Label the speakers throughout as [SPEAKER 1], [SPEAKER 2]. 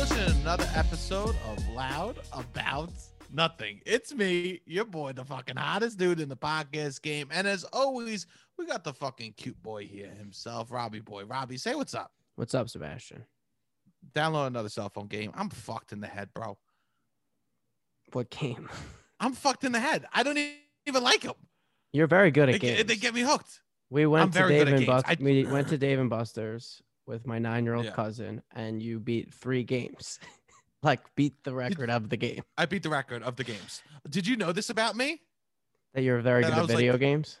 [SPEAKER 1] another episode of Loud About Nothing. It's me, your boy, the fucking hottest dude in the podcast game. And as always, we got the fucking cute boy here himself, Robbie Boy. Robbie, say what's up.
[SPEAKER 2] What's up, Sebastian?
[SPEAKER 1] Download another cell phone game. I'm fucked in the head, bro.
[SPEAKER 2] What game?
[SPEAKER 1] I'm fucked in the head. I don't e- even like them.
[SPEAKER 2] You're very good
[SPEAKER 1] They,
[SPEAKER 2] at
[SPEAKER 1] get-
[SPEAKER 2] games.
[SPEAKER 1] they get me hooked.
[SPEAKER 2] we went
[SPEAKER 1] I'm
[SPEAKER 2] to
[SPEAKER 1] very good at
[SPEAKER 2] Dave and
[SPEAKER 1] games.
[SPEAKER 2] Bust-
[SPEAKER 1] I-
[SPEAKER 2] we went to Dave and Buster's with my nine-year-old
[SPEAKER 1] Yeah.
[SPEAKER 2] cousin, and you beat three games. like beat the record of the game.
[SPEAKER 1] I beat the record of the games. Did you know this about me?
[SPEAKER 2] That you're very
[SPEAKER 1] And
[SPEAKER 2] good
[SPEAKER 1] I
[SPEAKER 2] at
[SPEAKER 1] was like-
[SPEAKER 2] video games.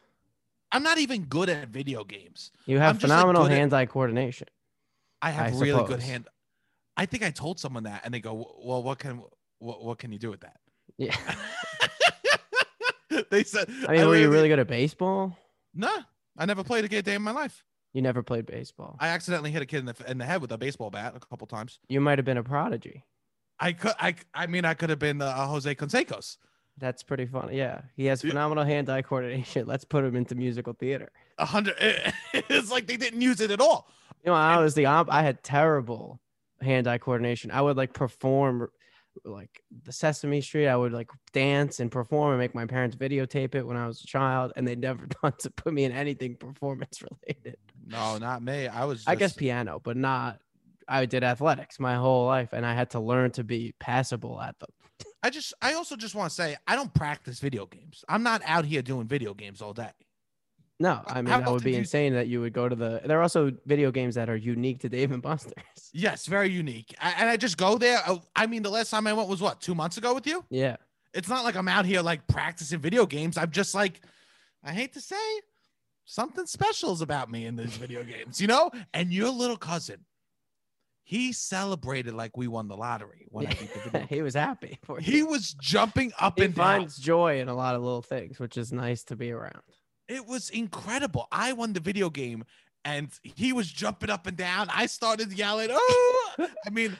[SPEAKER 1] I'm not even good at video games.
[SPEAKER 2] You have
[SPEAKER 1] I'm just, like,
[SPEAKER 2] phenomenal
[SPEAKER 1] good at-
[SPEAKER 2] hands-eye coordination.
[SPEAKER 1] I have
[SPEAKER 2] I
[SPEAKER 1] really good
[SPEAKER 2] suppose.
[SPEAKER 1] hand. I think I told someone that, and they go, "Well, what can what, what can you do with that?"
[SPEAKER 2] Yeah.
[SPEAKER 1] they said,
[SPEAKER 2] I mean, were you
[SPEAKER 1] literally-
[SPEAKER 2] really good at baseball?
[SPEAKER 1] No, I never played a good day in my life.
[SPEAKER 2] You never played baseball.
[SPEAKER 1] I accidentally hit a kid in the in the head with a baseball bat a couple times.
[SPEAKER 2] you might have been a prodigy.
[SPEAKER 1] I could, I, I mean, I could have been uh, Jose Canseco's.
[SPEAKER 2] That's pretty funny. Yeah, he has
[SPEAKER 1] Yeah.
[SPEAKER 2] phenomenal hand-eye coordination. Let's put him into musical theater.
[SPEAKER 1] A hundred. It's like they didn't use it at all.
[SPEAKER 2] You know, I was the op- I had terrible hand-eye coordination. I would like perform like the Sesame Street. I would like dance and perform and make my parents videotape it when I was a child, and they never thought to put me in anything performance related.
[SPEAKER 1] No, not me. I was. Just,
[SPEAKER 2] I guess piano, but not. I did athletics my whole life, and I had to learn to be passable at them.
[SPEAKER 1] I just. I also just want to say I don't practice video games. I'm not out here doing video games all day.
[SPEAKER 2] No, I mean
[SPEAKER 1] How
[SPEAKER 2] that would
[SPEAKER 1] often do
[SPEAKER 2] be
[SPEAKER 1] you-
[SPEAKER 2] insane that you would go to the. There are also video games that are unique to Dave and Buster's.
[SPEAKER 1] Yes, very unique. I, and I just go there. I, I mean, the last time I went was what two months ago with you.
[SPEAKER 2] Yeah,
[SPEAKER 1] It's not like I'm out here like practicing video games. I'm just like, I hate to say, something special's about me in these video games, you know. And your little cousin, he celebrated like we won the lottery when I beat the video.
[SPEAKER 2] he was happy. For you.
[SPEAKER 1] He was jumping up
[SPEAKER 2] he
[SPEAKER 1] and down.
[SPEAKER 2] finds joy in a lot of little things, which is nice to be around.
[SPEAKER 1] It was incredible. I won the video game and he was jumping up and down. I started yelling, oh, I mean,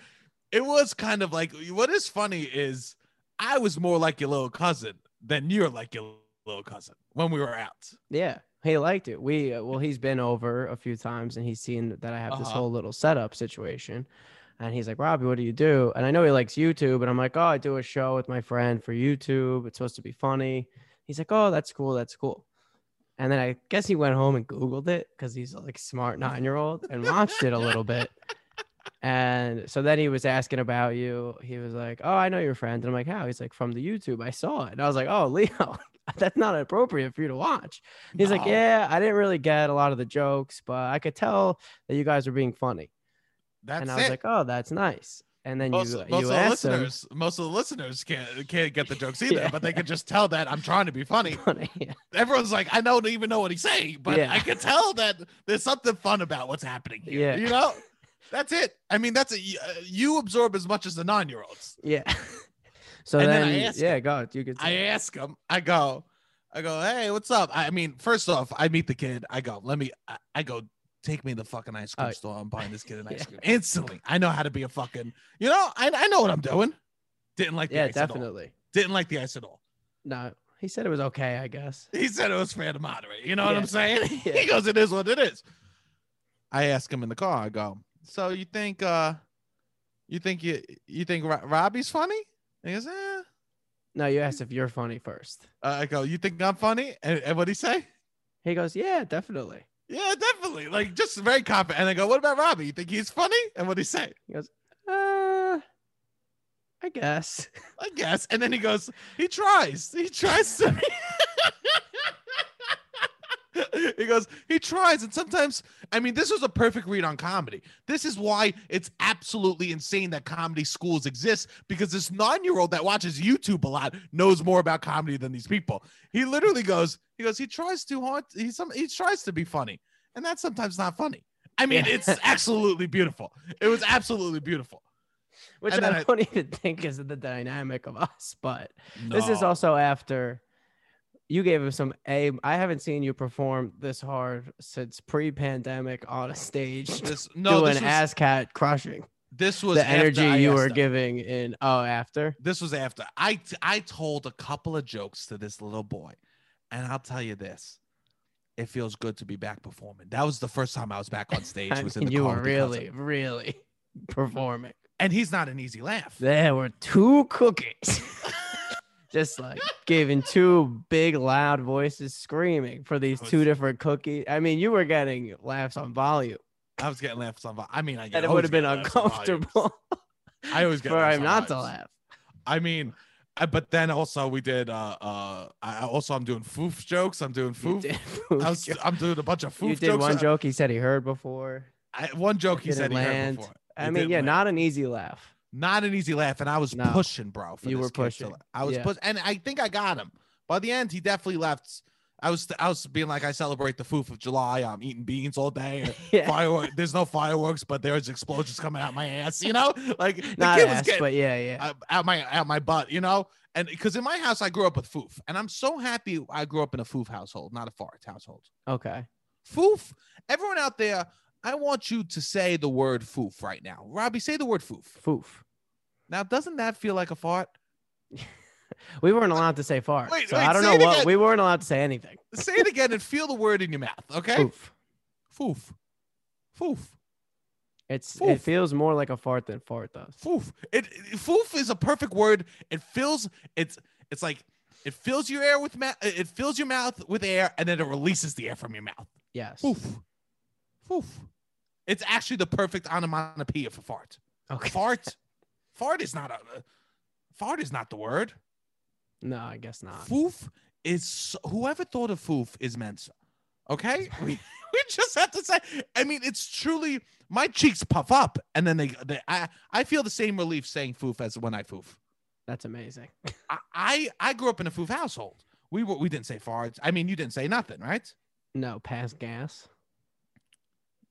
[SPEAKER 1] it was kind of like what is funny is I was more like your little cousin than you're like your little cousin when we were out.
[SPEAKER 2] Yeah, he liked it. We uh, well, he's been over a few times and he's seen that I have this
[SPEAKER 1] Uh-huh.
[SPEAKER 2] whole little setup situation, and he's like, "Robbie, what do you do?" And I know he likes YouTube, and I'm like, "Oh, I do a show with my friend for YouTube. It's supposed to be funny." He's like, "Oh, that's cool. That's cool." And then I guess he went home and Googled it because he's like smart nine year old and watched it a little bit. And so then he was asking about you. He was like, Oh, I know your friend. And I'm like, How? He's like, From the YouTube. I saw it. And I was like, Oh, Leo, that's not appropriate for you to watch. He's like,
[SPEAKER 1] No.
[SPEAKER 2] Yeah, I didn't really get a lot of the jokes, but I could tell that you guys were being funny.
[SPEAKER 1] That's
[SPEAKER 2] and I was
[SPEAKER 1] it.
[SPEAKER 2] like, Oh, that's nice. And then
[SPEAKER 1] most,
[SPEAKER 2] you,
[SPEAKER 1] most
[SPEAKER 2] you
[SPEAKER 1] of the
[SPEAKER 2] asked him,
[SPEAKER 1] listeners, most of the listeners can't can't get the jokes either,
[SPEAKER 2] Yeah.
[SPEAKER 1] but they can just tell that I'm trying to be funny.
[SPEAKER 2] funny. Yeah.
[SPEAKER 1] Everyone's like, I don't even know what he's saying, but
[SPEAKER 2] Yeah.
[SPEAKER 1] I can tell that there's something fun about what's happening here.
[SPEAKER 2] Yeah.
[SPEAKER 1] You know, that's it. I mean, that's a you- uh, you absorb as much as the nine year olds.
[SPEAKER 2] yeah. so
[SPEAKER 1] And
[SPEAKER 2] then,
[SPEAKER 1] then I asked
[SPEAKER 2] yeah, go. You could.
[SPEAKER 1] I ask him, I go, I go, hey, what's up? I mean, first off, I meet the kid. I go, let me, I, I go, take me to the fucking ice cream
[SPEAKER 2] Oh.
[SPEAKER 1] store. I'm buying this kid an ice
[SPEAKER 2] Yeah.
[SPEAKER 1] cream instantly. I know how to be a fucking, you know, I, I know what I'm doing. Didn't like the
[SPEAKER 2] yeah,
[SPEAKER 1] ice at all.
[SPEAKER 2] definitely.
[SPEAKER 1] Didn't like the ice at all.
[SPEAKER 2] No, he said it was okay, I guess.
[SPEAKER 1] He said it was fair to moderate. You know what
[SPEAKER 2] Yeah.
[SPEAKER 1] I'm saying?
[SPEAKER 2] Yeah.
[SPEAKER 1] He goes, it is what it is. I ask him in the car. I go, so you think, uh, you think you you think Ro- Robbie's funny? He goes, eh.
[SPEAKER 2] No, you asked if you're funny first.
[SPEAKER 1] Uh, I go, you think I'm funny? And, and what he say?
[SPEAKER 2] He goes, Yeah, definitely.
[SPEAKER 1] Yeah, definitely. Like just very confident. And I go, what about Robbie? You think he's funny? And what he say?
[SPEAKER 2] Uh, I guess.
[SPEAKER 1] I guess. And then he goes, he tries. He tries to. he goes, he tries. And sometimes, I mean, this was a perfect read on comedy. This is why it's absolutely insane that comedy schools exist because this nine year old that watches YouTube a lot knows more about comedy than these people. He literally goes, he goes, he tries too hard. He, some, he tries to be funny. And that's sometimes not funny. I mean,
[SPEAKER 2] Yeah.
[SPEAKER 1] it's absolutely beautiful. It was absolutely beautiful.
[SPEAKER 2] Which
[SPEAKER 1] And
[SPEAKER 2] I
[SPEAKER 1] then I-
[SPEAKER 2] don't even think is the dynamic of us, but this is
[SPEAKER 1] No.
[SPEAKER 2] also after you gave him some aim. I haven't seen you perform this hard since pre pandemic on a stage.
[SPEAKER 1] this, no,
[SPEAKER 2] doing
[SPEAKER 1] this was,
[SPEAKER 2] ass cat crushing.
[SPEAKER 1] this was
[SPEAKER 2] The
[SPEAKER 1] after
[SPEAKER 2] energy
[SPEAKER 1] I
[SPEAKER 2] you
[SPEAKER 1] asked
[SPEAKER 2] were
[SPEAKER 1] him.
[SPEAKER 2] giving in oh after.
[SPEAKER 1] this was after I t- I told a couple of jokes to this little boy, and I'll tell you this, it feels good to be back performing. That was the first time I was back on stage.
[SPEAKER 2] I
[SPEAKER 1] was in
[SPEAKER 2] mean,
[SPEAKER 1] the
[SPEAKER 2] you
[SPEAKER 1] car
[SPEAKER 2] were
[SPEAKER 1] with the cousin.
[SPEAKER 2] really, really performing.
[SPEAKER 1] and he's not an easy laugh.
[SPEAKER 2] There were two cookies. Just like giving two big loud voices screaming for these
[SPEAKER 1] I was-
[SPEAKER 2] two different cookies. I mean, you were getting laughs on volume.
[SPEAKER 1] I was getting laughs on. vi- I mean, I
[SPEAKER 2] And it
[SPEAKER 1] always
[SPEAKER 2] would have been
[SPEAKER 1] get laughs on volume.
[SPEAKER 2] uncomfortable
[SPEAKER 1] I always get
[SPEAKER 2] for
[SPEAKER 1] laughs
[SPEAKER 2] him
[SPEAKER 1] on
[SPEAKER 2] not to
[SPEAKER 1] volumes.
[SPEAKER 2] laugh.
[SPEAKER 1] I mean, I, but then also we did. Uh, uh, I I- also I'm doing foof jokes. I'm doing
[SPEAKER 2] You
[SPEAKER 1] foof.
[SPEAKER 2] did,
[SPEAKER 1] I was, I'm doing a bunch of foof
[SPEAKER 2] you did
[SPEAKER 1] jokes.
[SPEAKER 2] one
[SPEAKER 1] I-
[SPEAKER 2] joke he said he heard before.
[SPEAKER 1] I, one joke he
[SPEAKER 2] didn't
[SPEAKER 1] said he heard
[SPEAKER 2] land.
[SPEAKER 1] before.
[SPEAKER 2] I
[SPEAKER 1] You
[SPEAKER 2] mean,
[SPEAKER 1] did
[SPEAKER 2] yeah,
[SPEAKER 1] laugh.
[SPEAKER 2] not an easy laugh.
[SPEAKER 1] Not an easy laugh, and I was
[SPEAKER 2] No.
[SPEAKER 1] pushing, bro. For
[SPEAKER 2] You
[SPEAKER 1] this
[SPEAKER 2] were
[SPEAKER 1] kid to
[SPEAKER 2] pushing.
[SPEAKER 1] laugh. I was
[SPEAKER 2] Yeah.
[SPEAKER 1] pushing, and I think I got him. By the end, he definitely left. I was I was being like, I celebrate the foof of July. I'm eating beans all day. or
[SPEAKER 2] Yeah.
[SPEAKER 1] Firework. There's no fireworks, but there's explosions coming out my ass. You know, like the
[SPEAKER 2] Not
[SPEAKER 1] kid
[SPEAKER 2] ass,
[SPEAKER 1] was getting
[SPEAKER 2] but yeah, yeah.
[SPEAKER 1] uh, out my out my butt, you know. And because in my house I grew up with foof, and I'm so happy I grew up in a foof household, not a fart household.
[SPEAKER 2] okay.
[SPEAKER 1] Foof, everyone out there, I want you to say the word foof right now. Robbie, say the word foof.
[SPEAKER 2] Foof.
[SPEAKER 1] Now, doesn't that feel like a fart?
[SPEAKER 2] We weren't allowed to say fart.
[SPEAKER 1] Wait,
[SPEAKER 2] so
[SPEAKER 1] wait,
[SPEAKER 2] I don't
[SPEAKER 1] say
[SPEAKER 2] know
[SPEAKER 1] it
[SPEAKER 2] what
[SPEAKER 1] again.
[SPEAKER 2] we weren't allowed to say anything.
[SPEAKER 1] Say it again and feel the word in your mouth, okay?
[SPEAKER 2] Foof.
[SPEAKER 1] Foof, foof,
[SPEAKER 2] It's
[SPEAKER 1] Foof.
[SPEAKER 2] it feels more like a fart than fart does.
[SPEAKER 1] foof. It it- foof is a perfect word. It fills it's it's like it fills your air with ma- it fills your mouth with air, and then it releases the air from your mouth.
[SPEAKER 2] Yes.
[SPEAKER 1] Foof. Foof. It's actually the perfect onomatopoeia for fart.
[SPEAKER 2] Okay.
[SPEAKER 1] Fart. fart is not a. Fart is not the word.
[SPEAKER 2] No, I guess not.
[SPEAKER 1] Foof is so- whoever thought of foof is Mensa. Okay, we, we just have to say. I mean, it's truly my cheeks puff up, and then they, they I I feel the same relief saying foof as when I foof.
[SPEAKER 2] That's amazing.
[SPEAKER 1] I I, I grew up in a foof household. We were, we didn't say farts. I mean, you didn't say nothing, right?
[SPEAKER 2] No, pass gas.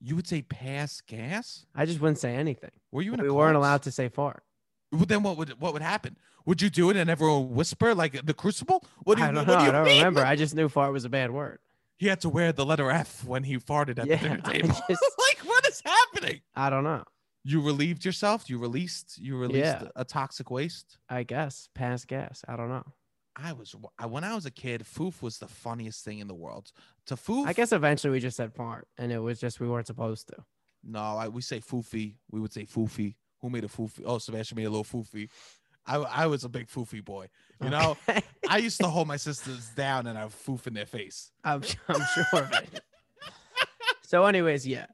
[SPEAKER 1] You would say pass gas.
[SPEAKER 2] I just wouldn't say anything.
[SPEAKER 1] Were you in?
[SPEAKER 2] We
[SPEAKER 1] a
[SPEAKER 2] weren't
[SPEAKER 1] cult?
[SPEAKER 2] allowed to say fart.
[SPEAKER 1] Well, then what would what would happen? Would you do it and everyone would whisper like the Crucible? What do you,
[SPEAKER 2] I don't
[SPEAKER 1] what
[SPEAKER 2] know.
[SPEAKER 1] do you
[SPEAKER 2] I don't
[SPEAKER 1] mean?
[SPEAKER 2] remember. I just knew fart was a bad word.
[SPEAKER 1] He had to wear the letter F when he farted at
[SPEAKER 2] Yeah,
[SPEAKER 1] the dinner
[SPEAKER 2] I
[SPEAKER 1] table.
[SPEAKER 2] just-
[SPEAKER 1] like what is happening?
[SPEAKER 2] I don't know.
[SPEAKER 1] You relieved yourself. You released. You released
[SPEAKER 2] Yeah.
[SPEAKER 1] a toxic waste.
[SPEAKER 2] I guess pass gas. I don't know.
[SPEAKER 1] I was I, when I was a kid. Foof was the funniest thing in the world. To foof.
[SPEAKER 2] I guess eventually we just said fart, and it was just we weren't supposed to.
[SPEAKER 1] No, I, we say foofy. We would say foofy. Who made a foofy? Oh, Sebastian made a little foofy. I, I was a big foofy boy. You know,
[SPEAKER 2] Okay.
[SPEAKER 1] I used to hold my sisters down and I would foof in their face.
[SPEAKER 2] I'm, su- I'm sure of it. so, anyways, yeah.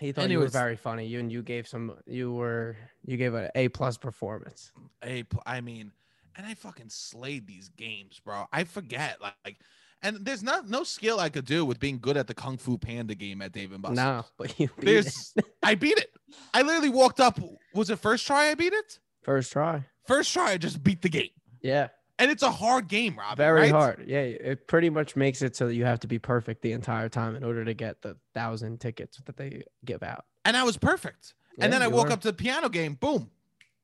[SPEAKER 2] He thought you were
[SPEAKER 1] Anyways.
[SPEAKER 2] very funny. You and you gave some. You were you gave an A plus performance.
[SPEAKER 1] a pl- I mean, and I fucking slayed these games, bro. I forget like, like- and there's not no skill I could do with being good at the Kung Fu Panda game at Dave and Buster's.
[SPEAKER 2] No, but you beat it.
[SPEAKER 1] There's I beat it. I literally walked up. Was it first try I beat it?
[SPEAKER 2] first try.
[SPEAKER 1] First try I just beat the game.
[SPEAKER 2] Yeah,
[SPEAKER 1] And it's a hard game, Rob.
[SPEAKER 2] very hard. Yeah, it pretty much makes it so that you have to be perfect the entire time in order to get the thousand tickets that they give out.
[SPEAKER 1] And I was perfect. and
[SPEAKER 2] Yeah,
[SPEAKER 1] then I
[SPEAKER 2] you
[SPEAKER 1] walk
[SPEAKER 2] were.
[SPEAKER 1] up to the piano game, boom.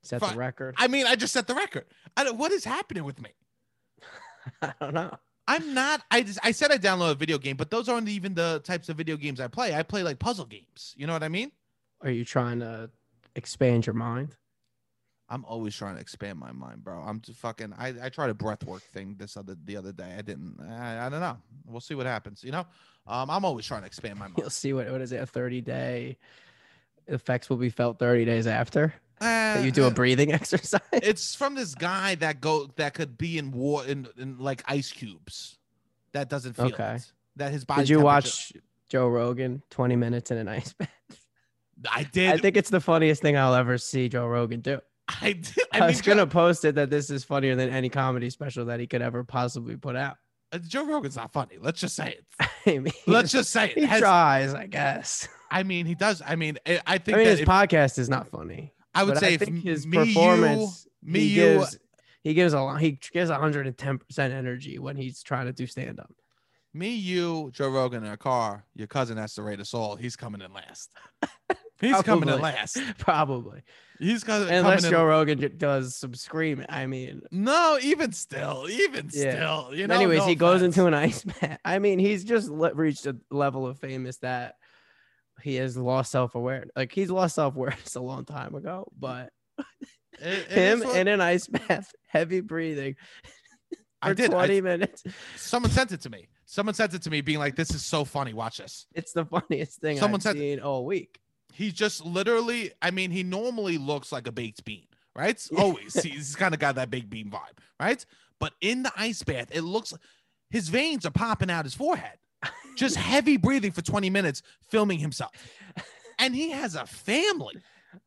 [SPEAKER 2] set
[SPEAKER 1] Fine.
[SPEAKER 2] the record.
[SPEAKER 1] I mean, I just set the record. I don't, what is happening with me?
[SPEAKER 2] I don't know.
[SPEAKER 1] I'm not. I just, I said I downloaded a video game, but those aren't even the types of video games I play. I play like puzzle games. You know what I mean?
[SPEAKER 2] Are you trying to expand your mind?
[SPEAKER 1] I'm always trying to expand my mind, bro. I'm just fucking. I, I tried a breath work thing this other the other day. I didn't. I, I don't know. We'll see what happens. You know, um, I'm always trying to expand my mind.
[SPEAKER 2] You'll see what what is it? A thirty day effects will be felt thirty days after. that you do a
[SPEAKER 1] Uh,
[SPEAKER 2] breathing exercise.
[SPEAKER 1] It's from this guy that go that could be in war in, in like ice cubes. That doesn't feel
[SPEAKER 2] Okay.
[SPEAKER 1] it. That his body.
[SPEAKER 2] Did you
[SPEAKER 1] temperature-
[SPEAKER 2] watch Joe Rogan 20 minutes in an ice bath?
[SPEAKER 1] I did.
[SPEAKER 2] I
[SPEAKER 1] I
[SPEAKER 2] think it's the funniest thing I'll ever see Joe Rogan do.
[SPEAKER 1] did.
[SPEAKER 2] I,
[SPEAKER 1] I,
[SPEAKER 2] was
[SPEAKER 1] mean,
[SPEAKER 2] gonna post it that this is funnier than any comedy special that he could ever possibly put out.
[SPEAKER 1] Joe, uh, Joe Rogan's not funny. Let's just say it.
[SPEAKER 2] I mean,
[SPEAKER 1] Let's just say it.
[SPEAKER 2] he
[SPEAKER 1] Has-
[SPEAKER 2] tries, I guess.
[SPEAKER 1] I mean, he does. I mean, I, I
[SPEAKER 2] I
[SPEAKER 1] think
[SPEAKER 2] mean,
[SPEAKER 1] that
[SPEAKER 2] his
[SPEAKER 1] if,
[SPEAKER 2] podcast is not funny.
[SPEAKER 1] I would
[SPEAKER 2] but
[SPEAKER 1] say
[SPEAKER 2] I
[SPEAKER 1] if
[SPEAKER 2] think his
[SPEAKER 1] me, you-
[SPEAKER 2] performance,
[SPEAKER 1] me,
[SPEAKER 2] he
[SPEAKER 1] you, uh,
[SPEAKER 2] gives, he gives a lot. He gives 110 percent energy when he's trying to do stand up.
[SPEAKER 1] Me, you, Joe Rogan in a car. Your cousin has to rate us all. He's coming in last. He's coming in
[SPEAKER 2] Probably.
[SPEAKER 1] last.
[SPEAKER 2] Probably,
[SPEAKER 1] He's co- coming.
[SPEAKER 2] unless
[SPEAKER 1] in-
[SPEAKER 2] Joe Rogan j- does some screaming. I mean,
[SPEAKER 1] No, even still, even
[SPEAKER 2] Yeah.
[SPEAKER 1] still. You
[SPEAKER 2] And
[SPEAKER 1] know.
[SPEAKER 2] anyways,
[SPEAKER 1] no
[SPEAKER 2] he goes
[SPEAKER 1] offense.
[SPEAKER 2] into an ice bath. I mean, he's just le- reached a level of famous that he has lost self awareness. Like he's lost self awareness a long time ago. But
[SPEAKER 1] It- it is
[SPEAKER 2] him
[SPEAKER 1] what-
[SPEAKER 2] in an ice bath, heavy breathing for
[SPEAKER 1] I did. I-
[SPEAKER 2] twenty minutes.
[SPEAKER 1] someone sent it to me. Someone sent it to me, being like, "This is so funny. Watch this."
[SPEAKER 2] It's the funniest thing
[SPEAKER 1] Someone
[SPEAKER 2] I've
[SPEAKER 1] said-
[SPEAKER 2] seen all week.
[SPEAKER 1] He's just literally, I mean, he normally looks like a baked bean, right? Always. he's kind of got that baked bean vibe, right? But in the ice bath, it looks his veins are popping out his forehead. Just heavy breathing for 20 minutes, filming himself. And he has a family.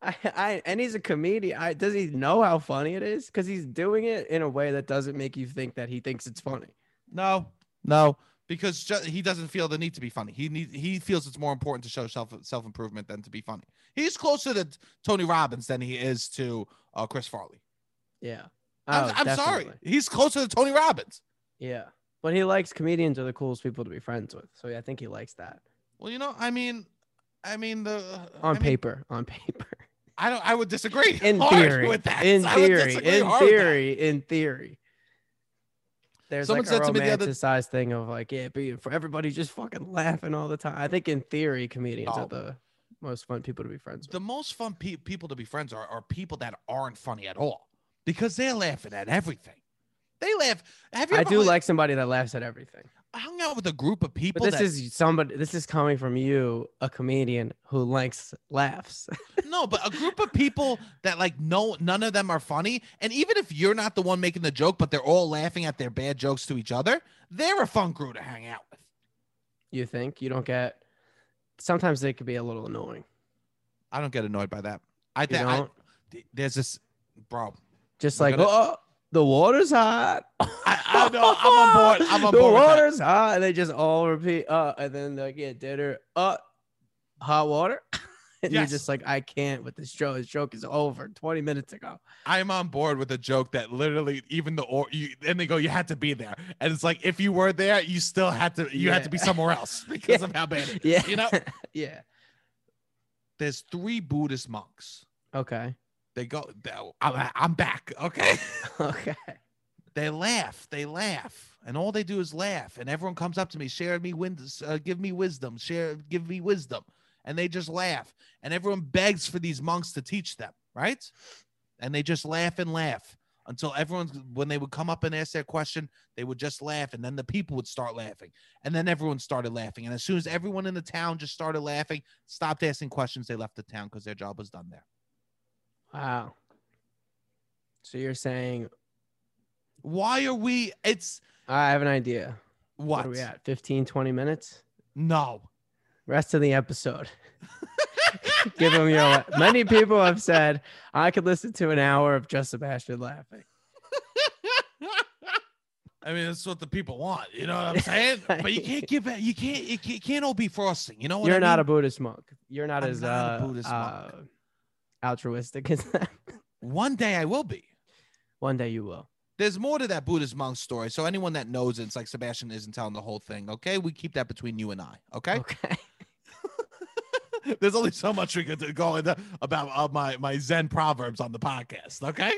[SPEAKER 2] I, I and he's a comedian. I, does he know how funny it is? Because he's doing it in a way that doesn't make you think that he thinks it's funny.
[SPEAKER 1] No, no, because ju- he doesn't feel the need to be funny. He need, he feels it's more important to show self self improvement than to be funny. He's closer to Tony Robbins than he is to uh, Chris Farley.
[SPEAKER 2] Yeah. Oh,
[SPEAKER 1] I'm, I'm sorry,
[SPEAKER 2] definitely.
[SPEAKER 1] he's closer to Tony Robbins.
[SPEAKER 2] Yeah. But he likes comedians are the coolest people to be friends with. So yeah, I think he likes that
[SPEAKER 1] Well, you know, I mean, I mean the
[SPEAKER 2] on
[SPEAKER 1] I mean,
[SPEAKER 2] paper. On paper.
[SPEAKER 1] I don't. I would disagree
[SPEAKER 2] In
[SPEAKER 1] hard
[SPEAKER 2] theory.
[SPEAKER 1] with that.
[SPEAKER 2] In
[SPEAKER 1] I would
[SPEAKER 2] theory.
[SPEAKER 1] disagree
[SPEAKER 2] In
[SPEAKER 1] hard with that.
[SPEAKER 2] theory. In theory. There's
[SPEAKER 1] Someone
[SPEAKER 2] like a
[SPEAKER 1] said to me the other-
[SPEAKER 2] romanticized thing of like, yeah, being for everybody just fucking laughing all the time. I think in theory, comedians
[SPEAKER 1] No.
[SPEAKER 2] are the most fun people to be friends with.
[SPEAKER 1] The most fun pe- people to be friends are are people that aren't funny at all because they're laughing at everything. They laugh. Have you
[SPEAKER 2] I
[SPEAKER 1] ever
[SPEAKER 2] do
[SPEAKER 1] hung-
[SPEAKER 2] like somebody that laughs at everything.
[SPEAKER 1] hung out with a group of people?
[SPEAKER 2] But this
[SPEAKER 1] that-
[SPEAKER 2] is somebody. This is coming from you, a comedian who likes laughs.
[SPEAKER 1] No, but a group of people that like no none of them are funny. And even if you're not the one making the joke, but they're all laughing at their bad jokes to each other, they're a fun crew to hang out with.
[SPEAKER 2] You think you don't get. Sometimes they could be a little annoying.
[SPEAKER 1] I don't get annoyed by that. I
[SPEAKER 2] You
[SPEAKER 1] think I-
[SPEAKER 2] don't
[SPEAKER 1] th- there's this bro.
[SPEAKER 2] just
[SPEAKER 1] we're
[SPEAKER 2] like
[SPEAKER 1] gonna-
[SPEAKER 2] oh, the water's hot.
[SPEAKER 1] I know, I'm on board. I'm on
[SPEAKER 2] the
[SPEAKER 1] board with that.
[SPEAKER 2] water's hot, and they just all repeat uh, and then they get dinner uh, hot water,
[SPEAKER 1] Yes.
[SPEAKER 2] and you're just like, I can't with this joke. This joke is over twenty minutes ago.
[SPEAKER 1] I'm on board with a joke that literally even the or you and they go, you had to be there. And it's like if you were there, you still had to you had to be
[SPEAKER 2] Yeah.
[SPEAKER 1] somewhere else because of how bad it is.
[SPEAKER 2] Yeah,
[SPEAKER 1] You know?
[SPEAKER 2] yeah.
[SPEAKER 1] There's three Buddhist monks.
[SPEAKER 2] Okay,
[SPEAKER 1] They go, I'm, I'm back. Okay.
[SPEAKER 2] okay.
[SPEAKER 1] they laugh they laugh and all they do is laugh and everyone comes up to me share me windows uh, give me wisdom share give me wisdom and they just laugh and everyone begs for these monks to teach them right and they just laugh and laugh until everyone when they would come up and ask their question they would just laugh and then the people would start laughing and then everyone started laughing and as soon as everyone in the town just started laughing stopped asking questions they left the town because their job was done there
[SPEAKER 2] Wow. So you're saying
[SPEAKER 1] why are we it's
[SPEAKER 2] I have an idea.
[SPEAKER 1] what,
[SPEAKER 2] What are we at? 15, 20 minutes?
[SPEAKER 1] no
[SPEAKER 2] Rest of the episode. Give them your. Many people have said I could listen to an hour of just Sebastian laughing.
[SPEAKER 1] I mean, that's what the people want. You know what I'm saying? but you can't give it. You can't. It can't, it can't all be frosting. You know what
[SPEAKER 2] You're
[SPEAKER 1] I
[SPEAKER 2] not a
[SPEAKER 1] Oh, mean?
[SPEAKER 2] Buddhist monk. You're not
[SPEAKER 1] I'm
[SPEAKER 2] as
[SPEAKER 1] not a
[SPEAKER 2] uh,
[SPEAKER 1] Buddhist monk.
[SPEAKER 2] uh, altruistic as that.
[SPEAKER 1] One day I will be.
[SPEAKER 2] One day you will.
[SPEAKER 1] There's more to that Buddhist monk story. So anyone that knows it, it's like Sebastian isn't telling the whole thing. Okay, we keep that between you and I. Okay.
[SPEAKER 2] Okay.
[SPEAKER 1] There's only so much we could go into about uh, my my Zen proverbs on the podcast. Okay.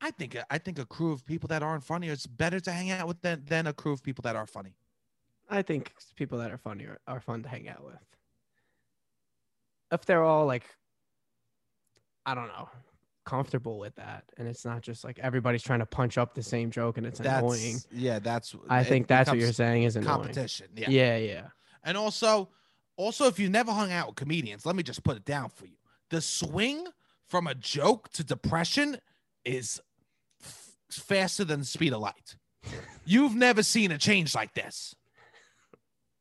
[SPEAKER 1] I think I think a crew of people that aren't funny is better to hang out with than than a crew of people that are funny.
[SPEAKER 2] I think people that are funny are, are fun to hang out with. If they're all like, I don't know, comfortable with that, and it's not just like everybody's trying to punch up the same joke and it's annoying.
[SPEAKER 1] That's, yeah, that's.
[SPEAKER 2] I
[SPEAKER 1] it
[SPEAKER 2] think that's what
[SPEAKER 1] becomes
[SPEAKER 2] you're saying is annoying.
[SPEAKER 1] Competition. Yeah.
[SPEAKER 2] Yeah, yeah.
[SPEAKER 1] And also, also if you never hung out with comedians, let me just put it down for you. The swing from a joke to depression is f- faster than the speed of light. You've never seen a change like this.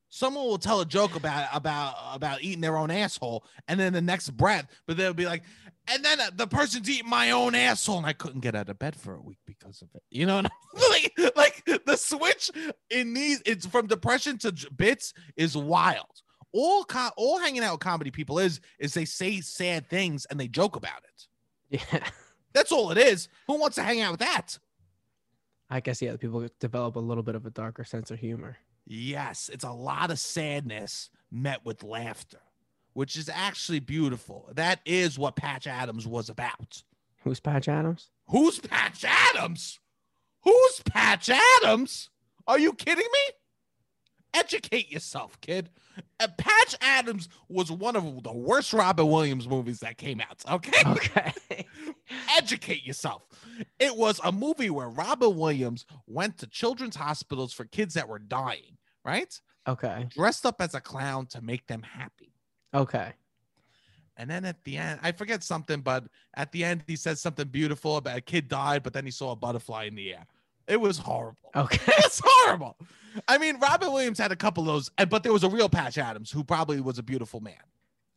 [SPEAKER 1] Someone will tell a joke about about about eating their own asshole, and then the next breath, but they'll be like, and then uh, the person's eating my own asshole, and I couldn't get out of bed for a week because of it. You know, what I mean? like like the switch in these, it's from depression to j- bits is wild. All co- all hanging out with comedy people is is they say sad things and they joke about it.
[SPEAKER 2] Yeah.
[SPEAKER 1] That's all it is. Who wants to hang out with that?
[SPEAKER 2] I guess yeah, people develop a little bit of a darker sense of humor.
[SPEAKER 1] Yes, it's a lot of sadness met with laughter, which is actually beautiful. That is what Patch Adams was about.
[SPEAKER 2] Who's Patch Adams?
[SPEAKER 1] Who's Patch Adams? Who's Patch Adams? Are you kidding me? Educate yourself, kid. Uh, Patch Adams was one of the worst Robin Williams movies that came out. Okay.
[SPEAKER 2] Okay.
[SPEAKER 1] Educate yourself. It was a movie where Robin Williams went to children's hospitals for kids that were dying, right?
[SPEAKER 2] okay.
[SPEAKER 1] Dressed up as a clown to make them happy.
[SPEAKER 2] Okay.
[SPEAKER 1] And then at the end, I forget something, but at the end, he says something beautiful about a kid died, but then he saw a butterfly in the air. It was horrible.
[SPEAKER 2] Okay.
[SPEAKER 1] It's horrible. I mean, Robin Williams had a couple of those, and- but there was a real Patch Adams who probably was a beautiful man.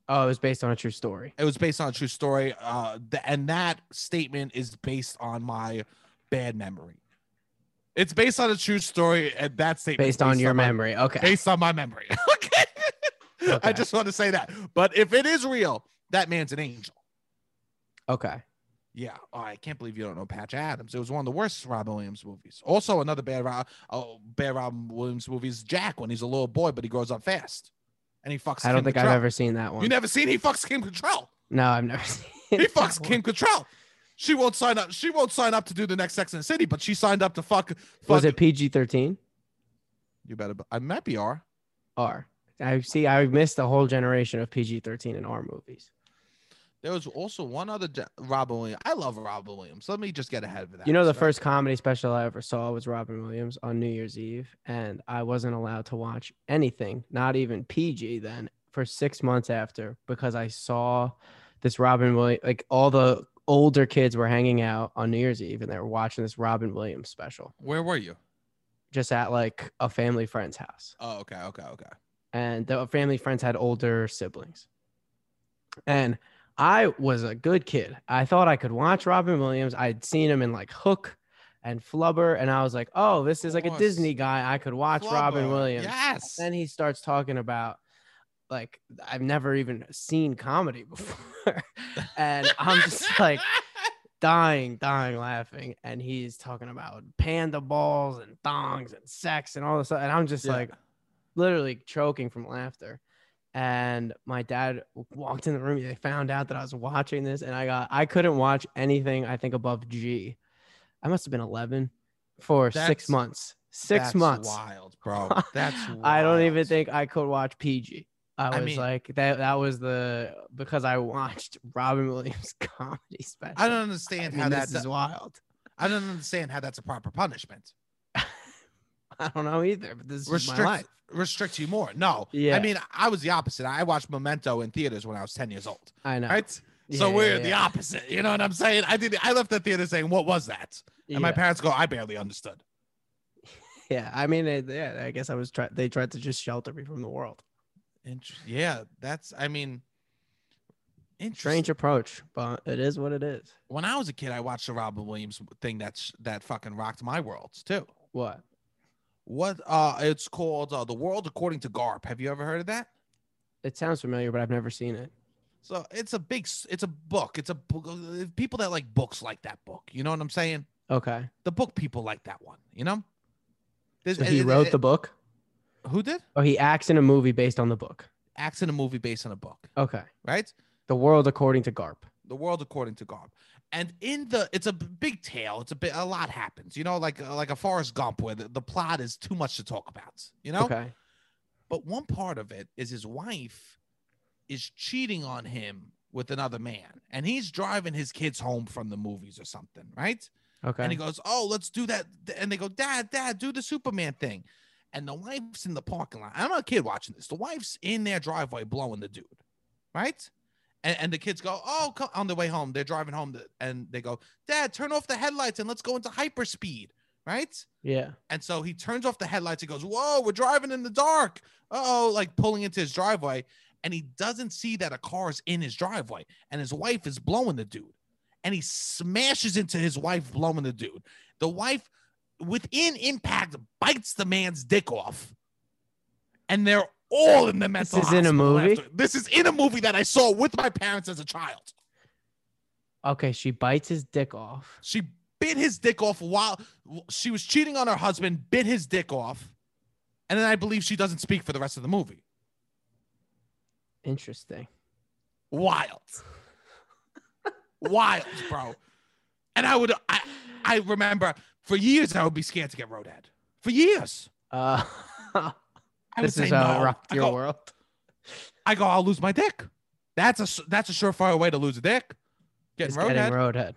[SPEAKER 2] Oh, it was based on a true story.
[SPEAKER 1] It was based on a true story. Uh, th- and that statement is based on my bad memory. It's based on a true story, and that statement is
[SPEAKER 2] Based on your
[SPEAKER 1] my-
[SPEAKER 2] memory. Okay.
[SPEAKER 1] based on my memory. okay. I
[SPEAKER 2] Okay.
[SPEAKER 1] just want to say that. But if it is real, that man's an angel.
[SPEAKER 2] okay.
[SPEAKER 1] Yeah, oh, I can't believe you don't know Patch Adams. It was one of the worst Robin Williams movies. Also, another bad, Ro- oh, bad Robin Williams movie is Jack when he's a little boy, but he grows up fast, and he fucks.
[SPEAKER 2] I don't
[SPEAKER 1] Kim
[SPEAKER 2] think
[SPEAKER 1] Cattrall.
[SPEAKER 2] I've ever seen that one.
[SPEAKER 1] You never seen he fucks Kim Cattrall.
[SPEAKER 2] no, I've never seen.
[SPEAKER 1] He
[SPEAKER 2] that
[SPEAKER 1] fucks
[SPEAKER 2] one.
[SPEAKER 1] Kim Cattrall. She won't sign up. She won't sign up to do the next Sex and the City, but she signed up to fuck. fuck
[SPEAKER 2] Was it PG thirteen?
[SPEAKER 1] You better. I might be R.
[SPEAKER 2] R. I see. I missed a whole generation of PG thirteen and R movies.
[SPEAKER 1] There was also one other Ja- Robin Williams. I love Robin Williams. Let me just get ahead of that.
[SPEAKER 2] You know, the
[SPEAKER 1] Sorry.
[SPEAKER 2] first comedy special I ever saw was Robin Williams on New Year's Eve, and I wasn't allowed to watch anything, not even PG, then for six months after because I saw this Robin Williams, like all the older kids were hanging out on New Year's Eve and they were watching this Robin Williams special
[SPEAKER 1] Where were you?
[SPEAKER 2] just at like a family friend's house.
[SPEAKER 1] Oh, okay, okay, okay.
[SPEAKER 2] and the family friends had older siblings. And I was a good kid. I thought I could watch Robin Williams. I'd seen him in like Hook and Flubber, and I was like, "Oh, this is like a
[SPEAKER 1] course.
[SPEAKER 2] Disney guy. I could watch Robin
[SPEAKER 1] Flubber.
[SPEAKER 2] Williams."
[SPEAKER 1] Yes.
[SPEAKER 2] Then he starts talking about like I've never even seen comedy before, and I'm just like dying, dying laughing. And he's talking about panda balls and thongs and sex and all this. stuff, And I'm just
[SPEAKER 1] Yeah.
[SPEAKER 2] like literally choking from laughter. And my dad walked in the room. They found out that I was watching this, and I got I couldn't watch anything I think above G. I must have been 11 for six
[SPEAKER 1] That's-
[SPEAKER 2] months. Six
[SPEAKER 1] That's
[SPEAKER 2] months.
[SPEAKER 1] Wild, bro. That's.
[SPEAKER 2] I don't even
[SPEAKER 1] wild.
[SPEAKER 2] think I could watch PG. I was
[SPEAKER 1] I mean-
[SPEAKER 2] like that. That was the because I watched Robin Williams comedy special.
[SPEAKER 1] I don't understand
[SPEAKER 2] I mean,
[SPEAKER 1] how
[SPEAKER 2] this
[SPEAKER 1] that.
[SPEAKER 2] is wild.
[SPEAKER 1] I don't understand how that's a proper punishment.
[SPEAKER 2] I don't know either, but this is my life.
[SPEAKER 1] Restrict restrict you more. No.
[SPEAKER 2] Yeah.
[SPEAKER 1] I mean, I was the opposite. I watched Memento in theaters when I was ten years old.
[SPEAKER 2] I know.
[SPEAKER 1] Right. so
[SPEAKER 2] Yeah,
[SPEAKER 1] we're
[SPEAKER 2] yeah,
[SPEAKER 1] the
[SPEAKER 2] yeah.
[SPEAKER 1] opposite. You know what I'm saying? I did. I left the theater saying, "What was that?" And my
[SPEAKER 2] Yeah.
[SPEAKER 1] parents go, "I barely understood."
[SPEAKER 2] yeah, I mean, it, yeah, I guess I was try- They tried to just shelter me from the world.
[SPEAKER 1] Inter- yeah, that's. I mean, interesting.
[SPEAKER 2] Strange approach, but it is what it is.
[SPEAKER 1] When I was a kid, I watched the Robin Williams thing that's that fucking rocked my world too.
[SPEAKER 2] What?
[SPEAKER 1] What? Uh, it's called uh, "The World According to Garp." Have you ever heard of that?
[SPEAKER 2] It sounds familiar, but I've never seen it.
[SPEAKER 1] So it's a big. s- It's a book. It's a book. uh, People that like books like that book. You know what I'm saying?
[SPEAKER 2] Okay,
[SPEAKER 1] The book people like that one. You know. There's,
[SPEAKER 2] so he
[SPEAKER 1] it- it-
[SPEAKER 2] wrote
[SPEAKER 1] it-
[SPEAKER 2] the book,
[SPEAKER 1] Who did?
[SPEAKER 2] or he acts in a movie based on the book.
[SPEAKER 1] Acts in a movie based on a book,
[SPEAKER 2] Okay,
[SPEAKER 1] right?
[SPEAKER 2] the world according to Garp.
[SPEAKER 1] the world according to Garb. And in the, it's a b- big tale. It's a bit, a lot happens. You know, like like a Forrest Gump, where the, the plot is too much to talk about. You know,
[SPEAKER 2] Okay,
[SPEAKER 1] but one part of it is his wife is cheating on him with another man, and he's driving his kids home from the movies or something, right?
[SPEAKER 2] okay.
[SPEAKER 1] And he goes, "Oh, let's do that." And they go, "Dad, Dad, do the Superman thing." And the wife's in the parking lot. I'm not a kid watching this. The wife's in their driveway blowing the dude, right? And, and the kids go, "Oh, come, on the way home." They're driving home, th- and they go, "Dad, turn off the headlights and let's go into hyperspeed," right?
[SPEAKER 2] yeah.
[SPEAKER 1] And so he turns off the headlights. He goes, Whoa, we're driving in the dark. Uh oh, like pulling into his driveway. And he doesn't see that a car is in his driveway and his wife is blowing the dude. And he smashes into his wife, blowing the dude. The wife, within impact, bites the man's dick off. And they're all in the mental
[SPEAKER 2] is in a
[SPEAKER 1] hospital
[SPEAKER 2] movie?
[SPEAKER 1] after- This is in a movie that I saw with my parents as a child.
[SPEAKER 2] Okay, she bites his dick off.
[SPEAKER 1] She bit his dick off while she was cheating on her husband, bit his dick off, and then I believe she doesn't speak for the rest of the movie.
[SPEAKER 2] Interesting.
[SPEAKER 1] Wild. Wild, bro. And I would I, I remember for years I would be scared to get roadhead. For years.
[SPEAKER 2] Uh,
[SPEAKER 1] I
[SPEAKER 2] this
[SPEAKER 1] would say
[SPEAKER 2] is uh,
[SPEAKER 1] no.
[SPEAKER 2] rocked
[SPEAKER 1] I
[SPEAKER 2] your
[SPEAKER 1] go,
[SPEAKER 2] world.
[SPEAKER 1] I go, I'll lose my dick. That's a s- that's a surefire way to lose a dick. Getting
[SPEAKER 2] Just getting
[SPEAKER 1] roadhead.
[SPEAKER 2] roadhead.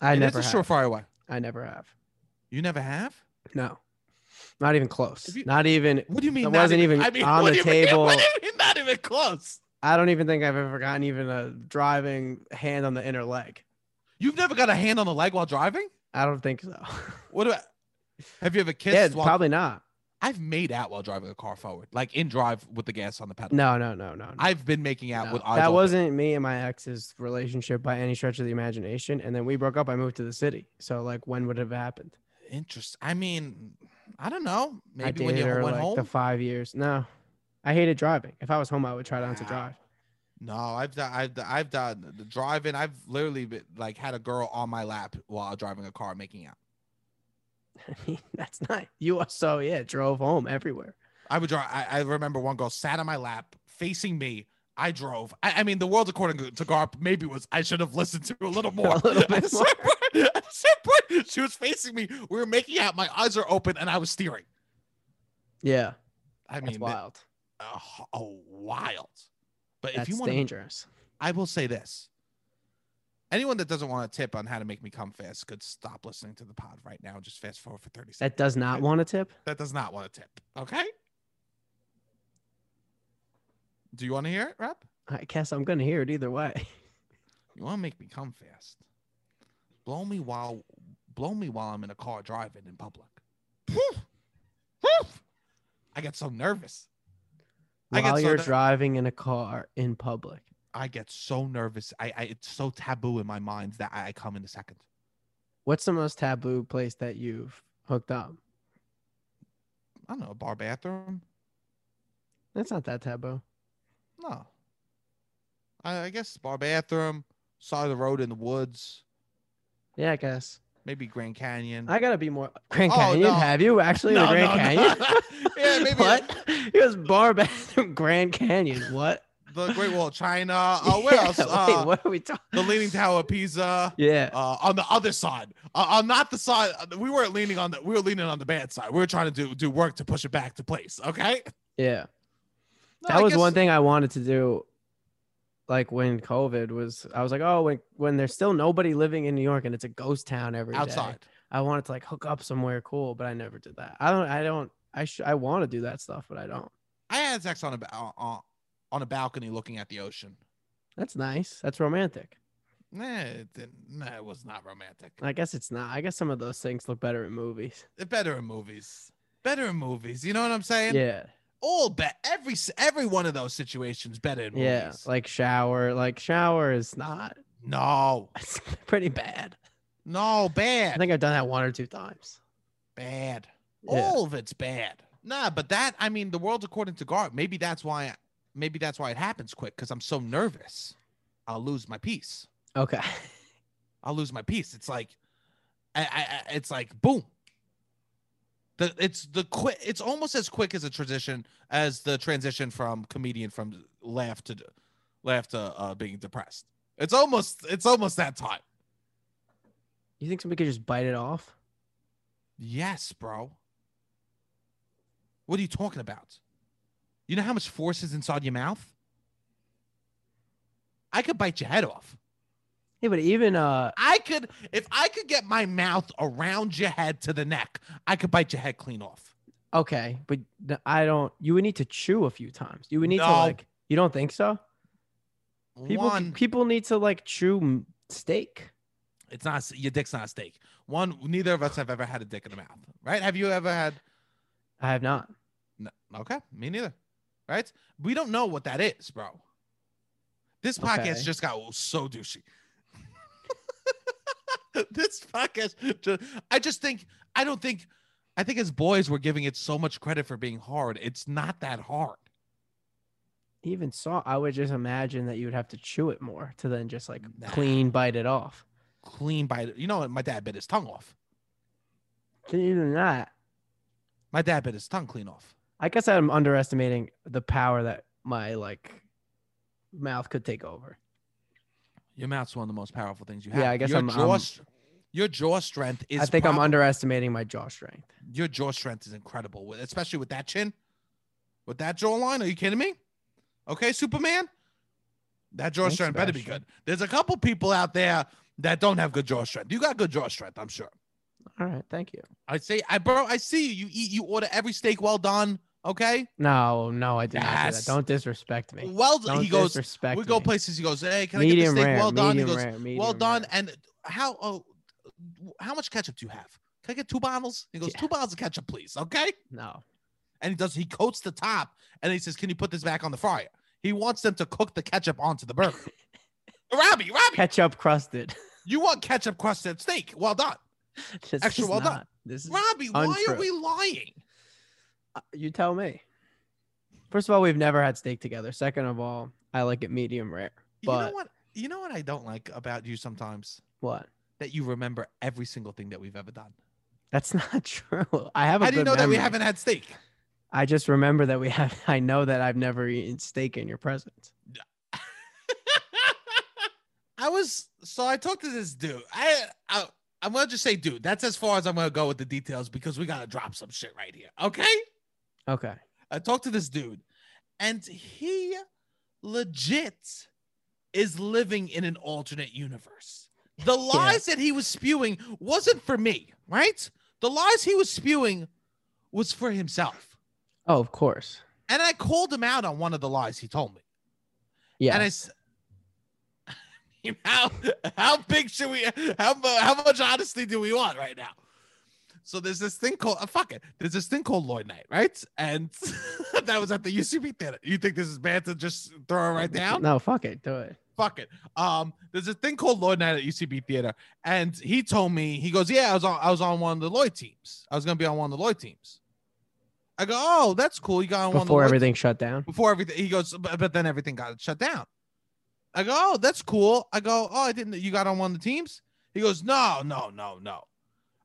[SPEAKER 2] I
[SPEAKER 1] It is
[SPEAKER 2] never
[SPEAKER 1] a
[SPEAKER 2] have.
[SPEAKER 1] surefire way.
[SPEAKER 2] I never have.
[SPEAKER 1] You never have?
[SPEAKER 2] No, not even close.
[SPEAKER 1] If you-
[SPEAKER 2] not even.
[SPEAKER 1] What do you mean?
[SPEAKER 2] That
[SPEAKER 1] not
[SPEAKER 2] wasn't even
[SPEAKER 1] I mean,
[SPEAKER 2] on
[SPEAKER 1] what
[SPEAKER 2] the
[SPEAKER 1] do you mean-
[SPEAKER 2] table.
[SPEAKER 1] what do you mean not even close.
[SPEAKER 2] I don't even think I've ever gotten even a driving hand on the inner leg.
[SPEAKER 1] You've never got a hand on the leg while driving?
[SPEAKER 2] I don't think so.
[SPEAKER 1] What about have you ever kissed?
[SPEAKER 2] yeah,
[SPEAKER 1] while,
[SPEAKER 2] probably not.
[SPEAKER 1] I've made out while driving the car forward, like in drive with the gas on the pedal.
[SPEAKER 2] No, no, no, no. no.
[SPEAKER 1] I've been making out
[SPEAKER 2] No,
[SPEAKER 1] with eyes
[SPEAKER 2] that
[SPEAKER 1] open.
[SPEAKER 2] wasn't me and my ex's relationship by any stretch of the imagination. And then we broke up. I moved to the city. So like, when would it have happened?
[SPEAKER 1] interest. I mean, I don't know.
[SPEAKER 2] I
[SPEAKER 1] Maybe
[SPEAKER 2] dated
[SPEAKER 1] when you
[SPEAKER 2] her
[SPEAKER 1] went
[SPEAKER 2] like
[SPEAKER 1] home.
[SPEAKER 2] the five years. No, I hated driving. If I was home, I would try not to
[SPEAKER 1] Wow.
[SPEAKER 2] drive.
[SPEAKER 1] no, I've done, I've done, I've done the driving. I've literally been, like had a girl on my lap while driving a car, making out.
[SPEAKER 2] I mean, that's not you. Are so yeah, drove home everywhere.
[SPEAKER 1] I would drive. I, I remember one girl sat on my lap, facing me. I drove. I, I mean, the world according to Garp maybe was I should have listened to a little more.
[SPEAKER 2] little bit
[SPEAKER 1] at, a certain point, at a certain point, she was facing me. We were making out. My eyes are open, and I was steering.
[SPEAKER 2] Yeah,
[SPEAKER 1] I
[SPEAKER 2] that's
[SPEAKER 1] mean, that-
[SPEAKER 2] wild.
[SPEAKER 1] uh, oh, wild. But if
[SPEAKER 2] That's
[SPEAKER 1] you want to
[SPEAKER 2] dangerous.
[SPEAKER 1] I will say this. Anyone that doesn't want a tip on how to make me come fast could stop listening to the pod right now and just fast forward for 30 seconds.
[SPEAKER 2] That does not want a tip.
[SPEAKER 1] That does not want a tip. Okay. Do you want to hear it, Rep?
[SPEAKER 2] I guess I'm gonna hear it either way.
[SPEAKER 1] You want to make me come fast. Blow me while blow me while I'm in a car driving in public. Phew. Phew. I get so nervous. I get
[SPEAKER 2] While
[SPEAKER 1] so
[SPEAKER 2] you're
[SPEAKER 1] ner-
[SPEAKER 2] driving in a car in public.
[SPEAKER 1] I get so nervous. I, I it's so taboo in my mind that I, I come in a second.
[SPEAKER 2] What's the most taboo place that you've hooked up?
[SPEAKER 1] I don't know, a bar bathroom.
[SPEAKER 2] That's not that taboo.
[SPEAKER 1] No. I, I guess bar bathroom, side of the road in the woods,
[SPEAKER 2] Yeah, I guess.
[SPEAKER 1] maybe Grand Canyon.
[SPEAKER 2] I gotta be more Grand
[SPEAKER 1] Oh,
[SPEAKER 2] Canyon.
[SPEAKER 1] no.
[SPEAKER 2] Have you actually
[SPEAKER 1] No,
[SPEAKER 2] the Grand
[SPEAKER 1] no,
[SPEAKER 2] Canyon?
[SPEAKER 1] no. Yeah, maybe-
[SPEAKER 2] what? It was bar bathroom Grand Canyon. What?
[SPEAKER 1] the Great Wall of China. Oh, where
[SPEAKER 2] Yeah,
[SPEAKER 1] else?
[SPEAKER 2] wait,
[SPEAKER 1] Uh,
[SPEAKER 2] what are we talking?
[SPEAKER 1] the Leaning Tower of Pisa.
[SPEAKER 2] Yeah.
[SPEAKER 1] Uh, on the other side, uh, on not the side uh, we weren't leaning on the we were leaning on the bad side. We were trying to do do work to push it back to place. Okay,
[SPEAKER 2] Yeah.
[SPEAKER 1] No,
[SPEAKER 2] That
[SPEAKER 1] I
[SPEAKER 2] was
[SPEAKER 1] guess-
[SPEAKER 2] one thing I wanted to do. Like when COVID was, I was like, oh, when when there's still nobody living in New York and it's a ghost town every day.
[SPEAKER 1] outside.
[SPEAKER 2] I wanted to like hook up somewhere cool, but I never did that. I don't. I don't. I should. I want to do that stuff, but I don't.
[SPEAKER 1] I had sex on a ba- on- on on a balcony looking at the ocean.
[SPEAKER 2] That's nice. That's romantic.
[SPEAKER 1] Nah, it didn't. Nah, it was not romantic.
[SPEAKER 2] I guess it's not. I guess some of those things look better in movies.
[SPEAKER 1] better in movies. Better in movies. You know what I'm saying?
[SPEAKER 2] yeah.
[SPEAKER 1] All bet every s- every one of those situations better in movies.
[SPEAKER 2] Yeah. Like shower. Like shower is not.
[SPEAKER 1] no,
[SPEAKER 2] It's pretty bad.
[SPEAKER 1] no,
[SPEAKER 2] I
[SPEAKER 1] bad,
[SPEAKER 2] think I've done that one or two times.
[SPEAKER 1] bad.
[SPEAKER 2] Yeah.
[SPEAKER 1] All of it's bad. Nah, but that I mean, the world's according to Garp. Maybe that's why. Maybe that's why it happens quick because I'm so nervous. I'll lose my peace.
[SPEAKER 2] Okay.
[SPEAKER 1] I'll lose my peace. It's like, I, I, I it's like boom. The it's the quick. It's almost as quick as a transition as the transition from comedian from laugh to laugh to uh, being depressed. It's almost it's almost that time.
[SPEAKER 2] You think somebody could just bite it off?
[SPEAKER 1] Yes, bro. What are you talking about? You know how much force is inside your mouth? I could bite your head off.
[SPEAKER 2] Yeah, but even uh,
[SPEAKER 1] I could, if I could get my mouth around your head to the neck, I could bite your head clean off.
[SPEAKER 2] okay, but th- I don't. You would need to chew a few times. You would need to
[SPEAKER 1] No.
[SPEAKER 2] like. You don't think so? People
[SPEAKER 1] One,
[SPEAKER 2] people need to like chew m- steak.
[SPEAKER 1] it's not your dick's not a steak. One, neither of us have ever had a dick in the mouth, right? Have you ever had?
[SPEAKER 2] I have not.
[SPEAKER 1] No, okay, me neither. Right? We don't know what that is, bro. This podcast
[SPEAKER 2] Okay.
[SPEAKER 1] just got so douchey. this podcast, just, I just think, I don't think, I think as boys we're giving it so much credit for being hard. It's not that hard.
[SPEAKER 2] Even saw. I would just imagine that you would have to chew it more to then just like
[SPEAKER 1] Nah.
[SPEAKER 2] clean bite it off.
[SPEAKER 1] Clean by, the- you know, what? my dad bit his tongue off.
[SPEAKER 2] Even than that,
[SPEAKER 1] My dad bit his tongue clean off.
[SPEAKER 2] I guess I'm underestimating the power that my like mouth could take over.
[SPEAKER 1] Your mouth's one of the most powerful things you
[SPEAKER 2] Yeah,
[SPEAKER 1] have.
[SPEAKER 2] I guess
[SPEAKER 1] your
[SPEAKER 2] I'm-
[SPEAKER 1] jaw,
[SPEAKER 2] I'm-
[SPEAKER 1] str- your jaw strength is.
[SPEAKER 2] I think I'm
[SPEAKER 1] prob-
[SPEAKER 2] underestimating my jaw strength.
[SPEAKER 1] your jaw strength is incredible, with- especially with that chin, with that jawline. Are you kidding me? Okay, Superman, that jaw
[SPEAKER 2] Thanks,
[SPEAKER 1] strength better be
[SPEAKER 2] Sebastian.
[SPEAKER 1] good. There's a couple people out there that don't have good jaw strength. You got good jaw strength, I'm sure.
[SPEAKER 2] All right, thank you.
[SPEAKER 1] I say, I bro, I see you. You eat, you order every steak well done. Okay.
[SPEAKER 2] No, no, I did not. Do
[SPEAKER 1] Yes.
[SPEAKER 2] that. Don't disrespect me.
[SPEAKER 1] Well, done.
[SPEAKER 2] Don't
[SPEAKER 1] he goes.
[SPEAKER 2] disrespect
[SPEAKER 1] We go
[SPEAKER 2] me.
[SPEAKER 1] places. He goes. Hey, can
[SPEAKER 2] medium
[SPEAKER 1] I get the steak
[SPEAKER 2] rare.
[SPEAKER 1] well done? He
[SPEAKER 2] medium
[SPEAKER 1] goes.
[SPEAKER 2] rare, medium
[SPEAKER 1] well done.
[SPEAKER 2] rare.
[SPEAKER 1] And how? Oh, how much ketchup do you have? Can I get two bottles? He goes.
[SPEAKER 2] Yeah.
[SPEAKER 1] Two bottles of ketchup, please. Okay.
[SPEAKER 2] No.
[SPEAKER 1] And he does. He coats the top, and he says, "Can you put this back on the fryer?" He wants them to cook the ketchup onto the burger. Robbie, Robbie,
[SPEAKER 2] Ketchup crusted.
[SPEAKER 1] you want ketchup crusted steak? Well done,
[SPEAKER 2] This
[SPEAKER 1] Extra
[SPEAKER 2] is
[SPEAKER 1] well done.
[SPEAKER 2] not- This is
[SPEAKER 1] Robbie. Why
[SPEAKER 2] Untrue.
[SPEAKER 1] are we lying?
[SPEAKER 2] Uh, you tell me. First of all, we've never had steak together. Second of all, I like it medium rare.
[SPEAKER 1] you
[SPEAKER 2] But
[SPEAKER 1] know what? You know what I don't like about you sometimes
[SPEAKER 2] what?
[SPEAKER 1] that you remember every single thing that we've ever done.
[SPEAKER 2] That's not true. I have a
[SPEAKER 1] How
[SPEAKER 2] good
[SPEAKER 1] do you know that we
[SPEAKER 2] memory.
[SPEAKER 1] haven't had steak?
[SPEAKER 2] I just remember that we have. I know that I've never eaten steak in your presence.
[SPEAKER 1] I was so I talked to this dude. I, I I'm gonna just say dude. That's as far as I'm gonna go with the details because we gotta drop some shit right here. Okay.
[SPEAKER 2] Okay.
[SPEAKER 1] I talked to this dude, and he legit is living in an alternate universe. The lies that he was spewing wasn't for me, right? The lies he was spewing was for himself.
[SPEAKER 2] Oh, of course.
[SPEAKER 1] And I called him out on one of the lies he told me.
[SPEAKER 2] Yeah.
[SPEAKER 1] And I s- how how big should we how mu- how much honesty do we want right now? So there's this thing called uh, fuck it. There's this thing called Lloyd Knight, right? And that was at the UCB theater. You think this is bad to just throw it right down?
[SPEAKER 2] No, fuck it. Do it.
[SPEAKER 1] Fuck it. Um, there's a thing called Lloyd Knight at UCB theater, and he told me he goes, yeah, I was on I was on one of the Lloyd teams. I was gonna be on one of the Lloyd teams. I go, oh, that's cool. You got on one of the
[SPEAKER 2] Before
[SPEAKER 1] Lloyd
[SPEAKER 2] everything shut down.
[SPEAKER 1] before everything he goes but, but then everything got shut down i go oh that's cool i go oh i didn't you got on one of the teams he goes no no no no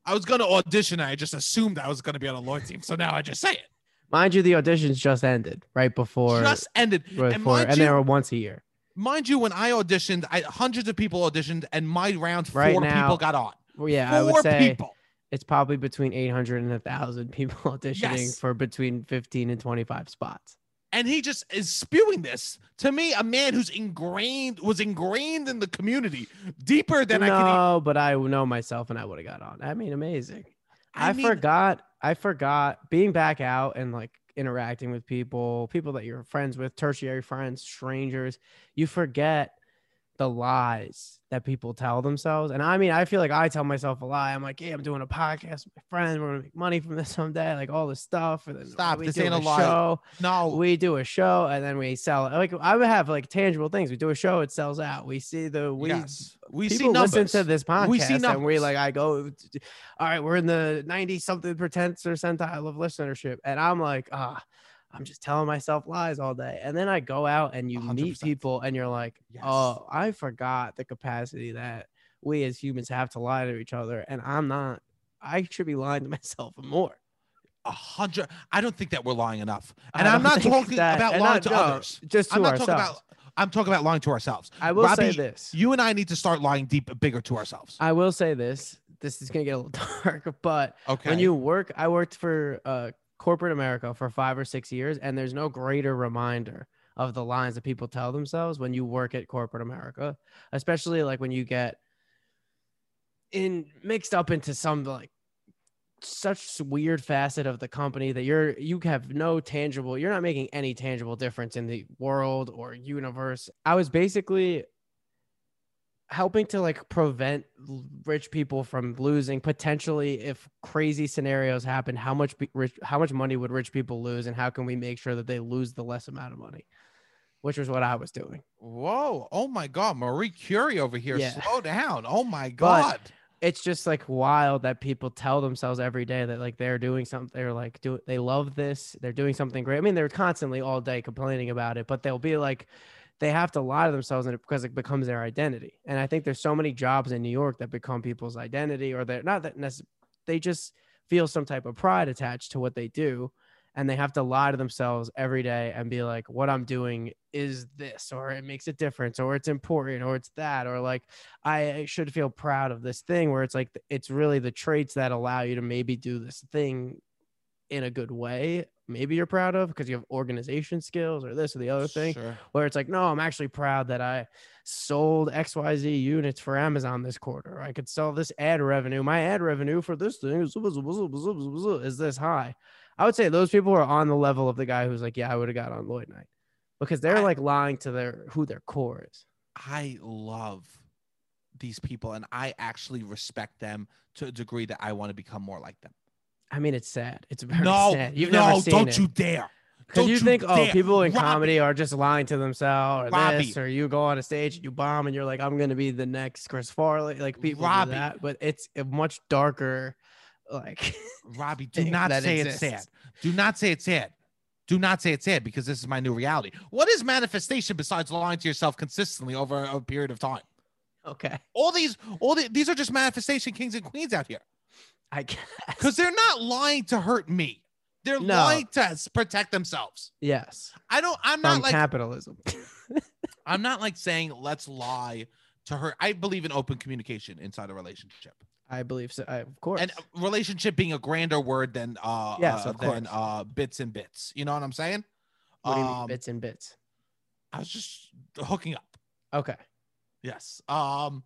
[SPEAKER 1] i was gonna audition i just assumed i was gonna be on a lloyd team so now i just say it
[SPEAKER 2] Mind you, the auditions just ended right before.
[SPEAKER 1] just ended
[SPEAKER 2] right
[SPEAKER 1] and
[SPEAKER 2] before,
[SPEAKER 1] mind
[SPEAKER 2] and
[SPEAKER 1] you-
[SPEAKER 2] they were once a year.
[SPEAKER 1] mind you when i auditioned I, hundreds of people auditioned and my round
[SPEAKER 2] Right
[SPEAKER 1] four
[SPEAKER 2] now,
[SPEAKER 1] people got on
[SPEAKER 2] Well, yeah, I
[SPEAKER 1] four
[SPEAKER 2] would say
[SPEAKER 1] people
[SPEAKER 2] it's probably between 800 and 1,000 people auditioning
[SPEAKER 1] Yes.
[SPEAKER 2] for between 15 and 25 spots.
[SPEAKER 1] and he just is spewing this to me a man who's ingrained was ingrained in the community deeper than
[SPEAKER 2] no,
[SPEAKER 1] i e can
[SPEAKER 2] but I know myself and I would have got on. I mean, amazing. I,
[SPEAKER 1] mean,
[SPEAKER 2] forgot. I forgot being back out and like interacting with people, people that you're friends with, tertiary friends, strangers. You forget the lies that people tell themselves. And I mean, I feel like I tell myself a lie. I'm like, yeah, I'm doing a podcast with my friend. We're gonna make money from this someday, like all this stuff. And then
[SPEAKER 1] Stop,
[SPEAKER 2] we
[SPEAKER 1] this
[SPEAKER 2] do
[SPEAKER 1] ain't a lie.
[SPEAKER 2] Show.
[SPEAKER 1] no
[SPEAKER 2] we do a show and then we sell it. like i would have like tangible things we do a show it sells out we see the we
[SPEAKER 1] yes. we see
[SPEAKER 2] people
[SPEAKER 1] numbers
[SPEAKER 2] listen to this podcast
[SPEAKER 1] We see
[SPEAKER 2] and we
[SPEAKER 1] numbers.
[SPEAKER 2] like i go all right we're in the 90 something percent percentile of listenership and i'm like ah i'm just telling myself lies all day and then i go out and you meet
[SPEAKER 1] 100%.
[SPEAKER 2] people and you're like
[SPEAKER 1] Yes.
[SPEAKER 2] oh i forgot the capacity that we as humans have to lie to each other and i'm not i should be lying to myself more
[SPEAKER 1] a hundred. I don't think that we're lying enough,
[SPEAKER 2] I
[SPEAKER 1] and I'm
[SPEAKER 2] don't
[SPEAKER 1] not
[SPEAKER 2] think
[SPEAKER 1] talking
[SPEAKER 2] that-
[SPEAKER 1] about
[SPEAKER 2] and
[SPEAKER 1] lying
[SPEAKER 2] not-
[SPEAKER 1] to
[SPEAKER 2] no,
[SPEAKER 1] others.
[SPEAKER 2] just to
[SPEAKER 1] I'm not
[SPEAKER 2] ourselves
[SPEAKER 1] talking about. I'm talking about lying to ourselves.
[SPEAKER 2] I will say
[SPEAKER 1] Robbie,
[SPEAKER 2] this.
[SPEAKER 1] You and I need to start lying deep, bigger to ourselves.
[SPEAKER 2] I will say this. This is gonna get a little dark, but
[SPEAKER 1] Okay.
[SPEAKER 2] when you work, I worked for uh, corporate America for five or six years, and there's no greater reminder of the lines that people tell themselves when you work at corporate America, especially like when you get in mixed up into some like such weird facet of the company that you're you have no tangible you're not making any tangible difference in the world or universe i was basically helping to like prevent l- rich people from losing potentially if crazy scenarios happen how much be- rich how much money would rich people lose and how can we make sure that they lose the less amount of money which was what i was doing
[SPEAKER 1] Whoa! Oh my God, Marie Curie over here.
[SPEAKER 2] Yeah.
[SPEAKER 1] Slow down. Oh my God.
[SPEAKER 2] it's just like wild that people tell themselves every day that like they're doing something they're like do they love this they're doing something great i mean they're constantly all day complaining about it but they'll be like they have to lie to themselves and it, because it becomes their identity and i think there's so many jobs in new york that become people's identity or they're not that necess- they just feel some type of pride attached to what they do and they have to lie to themselves every day and be like what i'm doing is this or it makes a difference or it's important or it's that or like i should feel proud of this thing where it's like th- it's really the traits that allow you to maybe do this thing in a good way maybe you're proud of because you have organization skills or this or the other thing
[SPEAKER 1] Sure.
[SPEAKER 2] where it's like, no, I'm actually proud that I sold XYZ units for Amazon this quarter. I could sell this ad revenue. My ad revenue for this thing is, is this high. I would say those people are on the level of the guy who's like, yeah, I would have got on Lloyd Knight because they're
[SPEAKER 1] I-
[SPEAKER 2] like lying to their who their core is.
[SPEAKER 1] I love these people and I actually respect them to a degree that I want to become more like them.
[SPEAKER 2] I mean, it's sad. It's very
[SPEAKER 1] no,
[SPEAKER 2] sad. You've
[SPEAKER 1] no,
[SPEAKER 2] never seen
[SPEAKER 1] don't
[SPEAKER 2] it.
[SPEAKER 1] you dare.
[SPEAKER 2] Because
[SPEAKER 1] don't
[SPEAKER 2] you,
[SPEAKER 1] you
[SPEAKER 2] think, oh,
[SPEAKER 1] dare.
[SPEAKER 2] people in
[SPEAKER 1] Robbie.
[SPEAKER 2] comedy are just lying to themselves, or
[SPEAKER 1] Robbie.
[SPEAKER 2] this, or you go on a stage and you bomb, and you're like, I'm gonna be the next Chris Farley. Like people
[SPEAKER 1] Robbie.
[SPEAKER 2] do that, but it's a much darker. Like,
[SPEAKER 1] Robbie, do
[SPEAKER 2] thing
[SPEAKER 1] not
[SPEAKER 2] that
[SPEAKER 1] say it's sad.
[SPEAKER 2] exists.
[SPEAKER 1] Do not say it's sad. Do not say it's sad because this is my new reality. What is manifestation besides lying to yourself consistently over a period of time?
[SPEAKER 2] okay,
[SPEAKER 1] All these, all the, these are just manifestation kings and queens out here
[SPEAKER 2] I guess.
[SPEAKER 1] because they're not lying to hurt me. They're
[SPEAKER 2] No.
[SPEAKER 1] lying to s- protect themselves.
[SPEAKER 2] Yes,
[SPEAKER 1] I don't. I'm
[SPEAKER 2] from
[SPEAKER 1] not like.
[SPEAKER 2] capitalism.
[SPEAKER 1] I'm not like saying let's lie to her. I believe in open communication inside a relationship,
[SPEAKER 2] I believe so. I, of course.
[SPEAKER 1] and uh, relationship being a grander word than uh,
[SPEAKER 2] Yes,
[SPEAKER 1] uh
[SPEAKER 2] of
[SPEAKER 1] than
[SPEAKER 2] course.
[SPEAKER 1] uh bits and bits. You know what I'm saying?
[SPEAKER 2] what do you mean
[SPEAKER 1] Um,
[SPEAKER 2] bits and bits?
[SPEAKER 1] I was just hooking up.
[SPEAKER 2] Okay.
[SPEAKER 1] Yes. Um,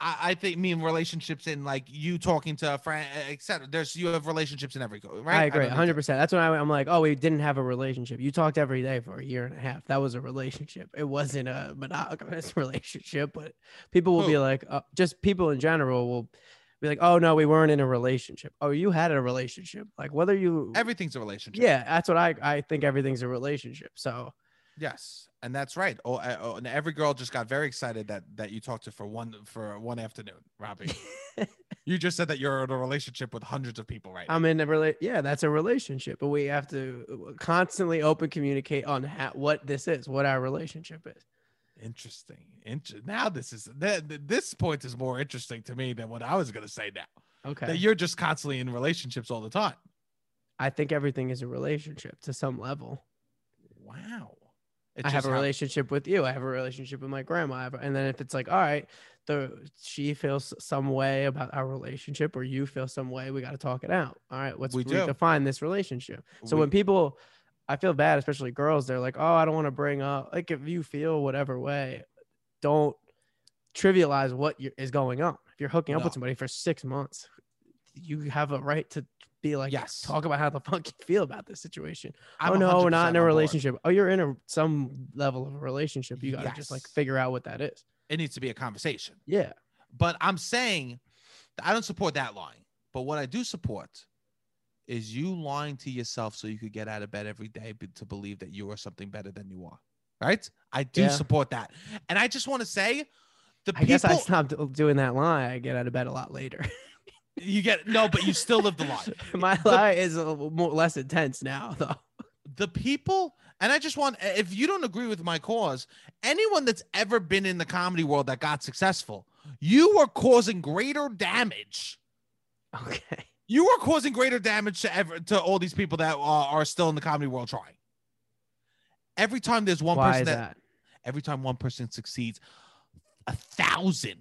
[SPEAKER 1] I, I think me and relationships and like you talking to a friend, etc. There's you have relationships in every go, right?
[SPEAKER 2] I agree,
[SPEAKER 1] don't need to-
[SPEAKER 2] 100. percent That's when I, I'm like, oh, we didn't have a relationship. You talked every day for a year and a half. That was a relationship. It wasn't a monogamous relationship, but people will be
[SPEAKER 1] Who?
[SPEAKER 2] like, uh, just people in general will be like, oh no, we weren't in a relationship. Oh, you had a relationship. Like whether you,
[SPEAKER 1] Everything's a relationship.
[SPEAKER 2] yeah, that's what I I think everything's a relationship. So
[SPEAKER 1] Yes, and that's right. Oh, I, oh, and every girl just got very excited that that you talked to for one for one afternoon, Robbie. you just said that you're in a relationship with hundreds of people right now.
[SPEAKER 2] I'm in a rela- yeah, that's a relationship. But we have to uh, constantly open communicate on ha- what this is, what our relationship is.
[SPEAKER 1] Interesting. Inter- now this is th- th- this point is more interesting to me than what I was gonna say. Now
[SPEAKER 2] Okay.
[SPEAKER 1] that you're just constantly in relationships all the time.
[SPEAKER 2] I think everything is a relationship to some level.
[SPEAKER 1] Wow. It's
[SPEAKER 2] I have
[SPEAKER 1] just
[SPEAKER 2] a
[SPEAKER 1] how-
[SPEAKER 2] relationship with you. I have a relationship with my grandma. I have- And then if it's like, all right, the she feels some way about our relationship, or you feel some way, we got to talk it out. All right, let's
[SPEAKER 1] We do.
[SPEAKER 2] redefine this relationship. So
[SPEAKER 1] we-
[SPEAKER 2] when people, I feel bad, especially girls, they're like, oh, I don't want to bring up. Like if you feel whatever way, don't trivialize what you is going on. If you're hooking up
[SPEAKER 1] No.
[SPEAKER 2] with somebody for six months, you have a right to be like,
[SPEAKER 1] Yes.
[SPEAKER 2] talk about how the fuck you feel about this situation
[SPEAKER 1] I'm
[SPEAKER 2] oh no,
[SPEAKER 1] 100%
[SPEAKER 2] we're not in a
[SPEAKER 1] on board.
[SPEAKER 2] relationship. Oh, you're in a some level of a relationship. You gotta just like
[SPEAKER 1] Yes.
[SPEAKER 2] figure out what that is.
[SPEAKER 1] It needs to be a conversation.
[SPEAKER 2] Yeah.
[SPEAKER 1] But I'm saying that I don't support that lying. But what I do support is you lying to yourself so you could get out of bed every day be- to believe that you are something better than you are. Right? I do
[SPEAKER 2] Yeah.
[SPEAKER 1] support that. And I just want to say the
[SPEAKER 2] I
[SPEAKER 1] people
[SPEAKER 2] guess I stopped do- doing that lie. I get out of bed a lot later.
[SPEAKER 1] you get no, but you still live the lie.
[SPEAKER 2] My lie is a little more less intense now, though.
[SPEAKER 1] the people and i just want if you don't agree with my cause anyone that's ever been in the comedy world that got successful you are causing greater damage
[SPEAKER 2] Okay.
[SPEAKER 1] you are causing greater damage to ever to all these people that are, are still in the comedy world trying every time there's one
[SPEAKER 2] Why
[SPEAKER 1] person
[SPEAKER 2] is
[SPEAKER 1] that,
[SPEAKER 2] that?
[SPEAKER 1] every time one person succeeds a thousand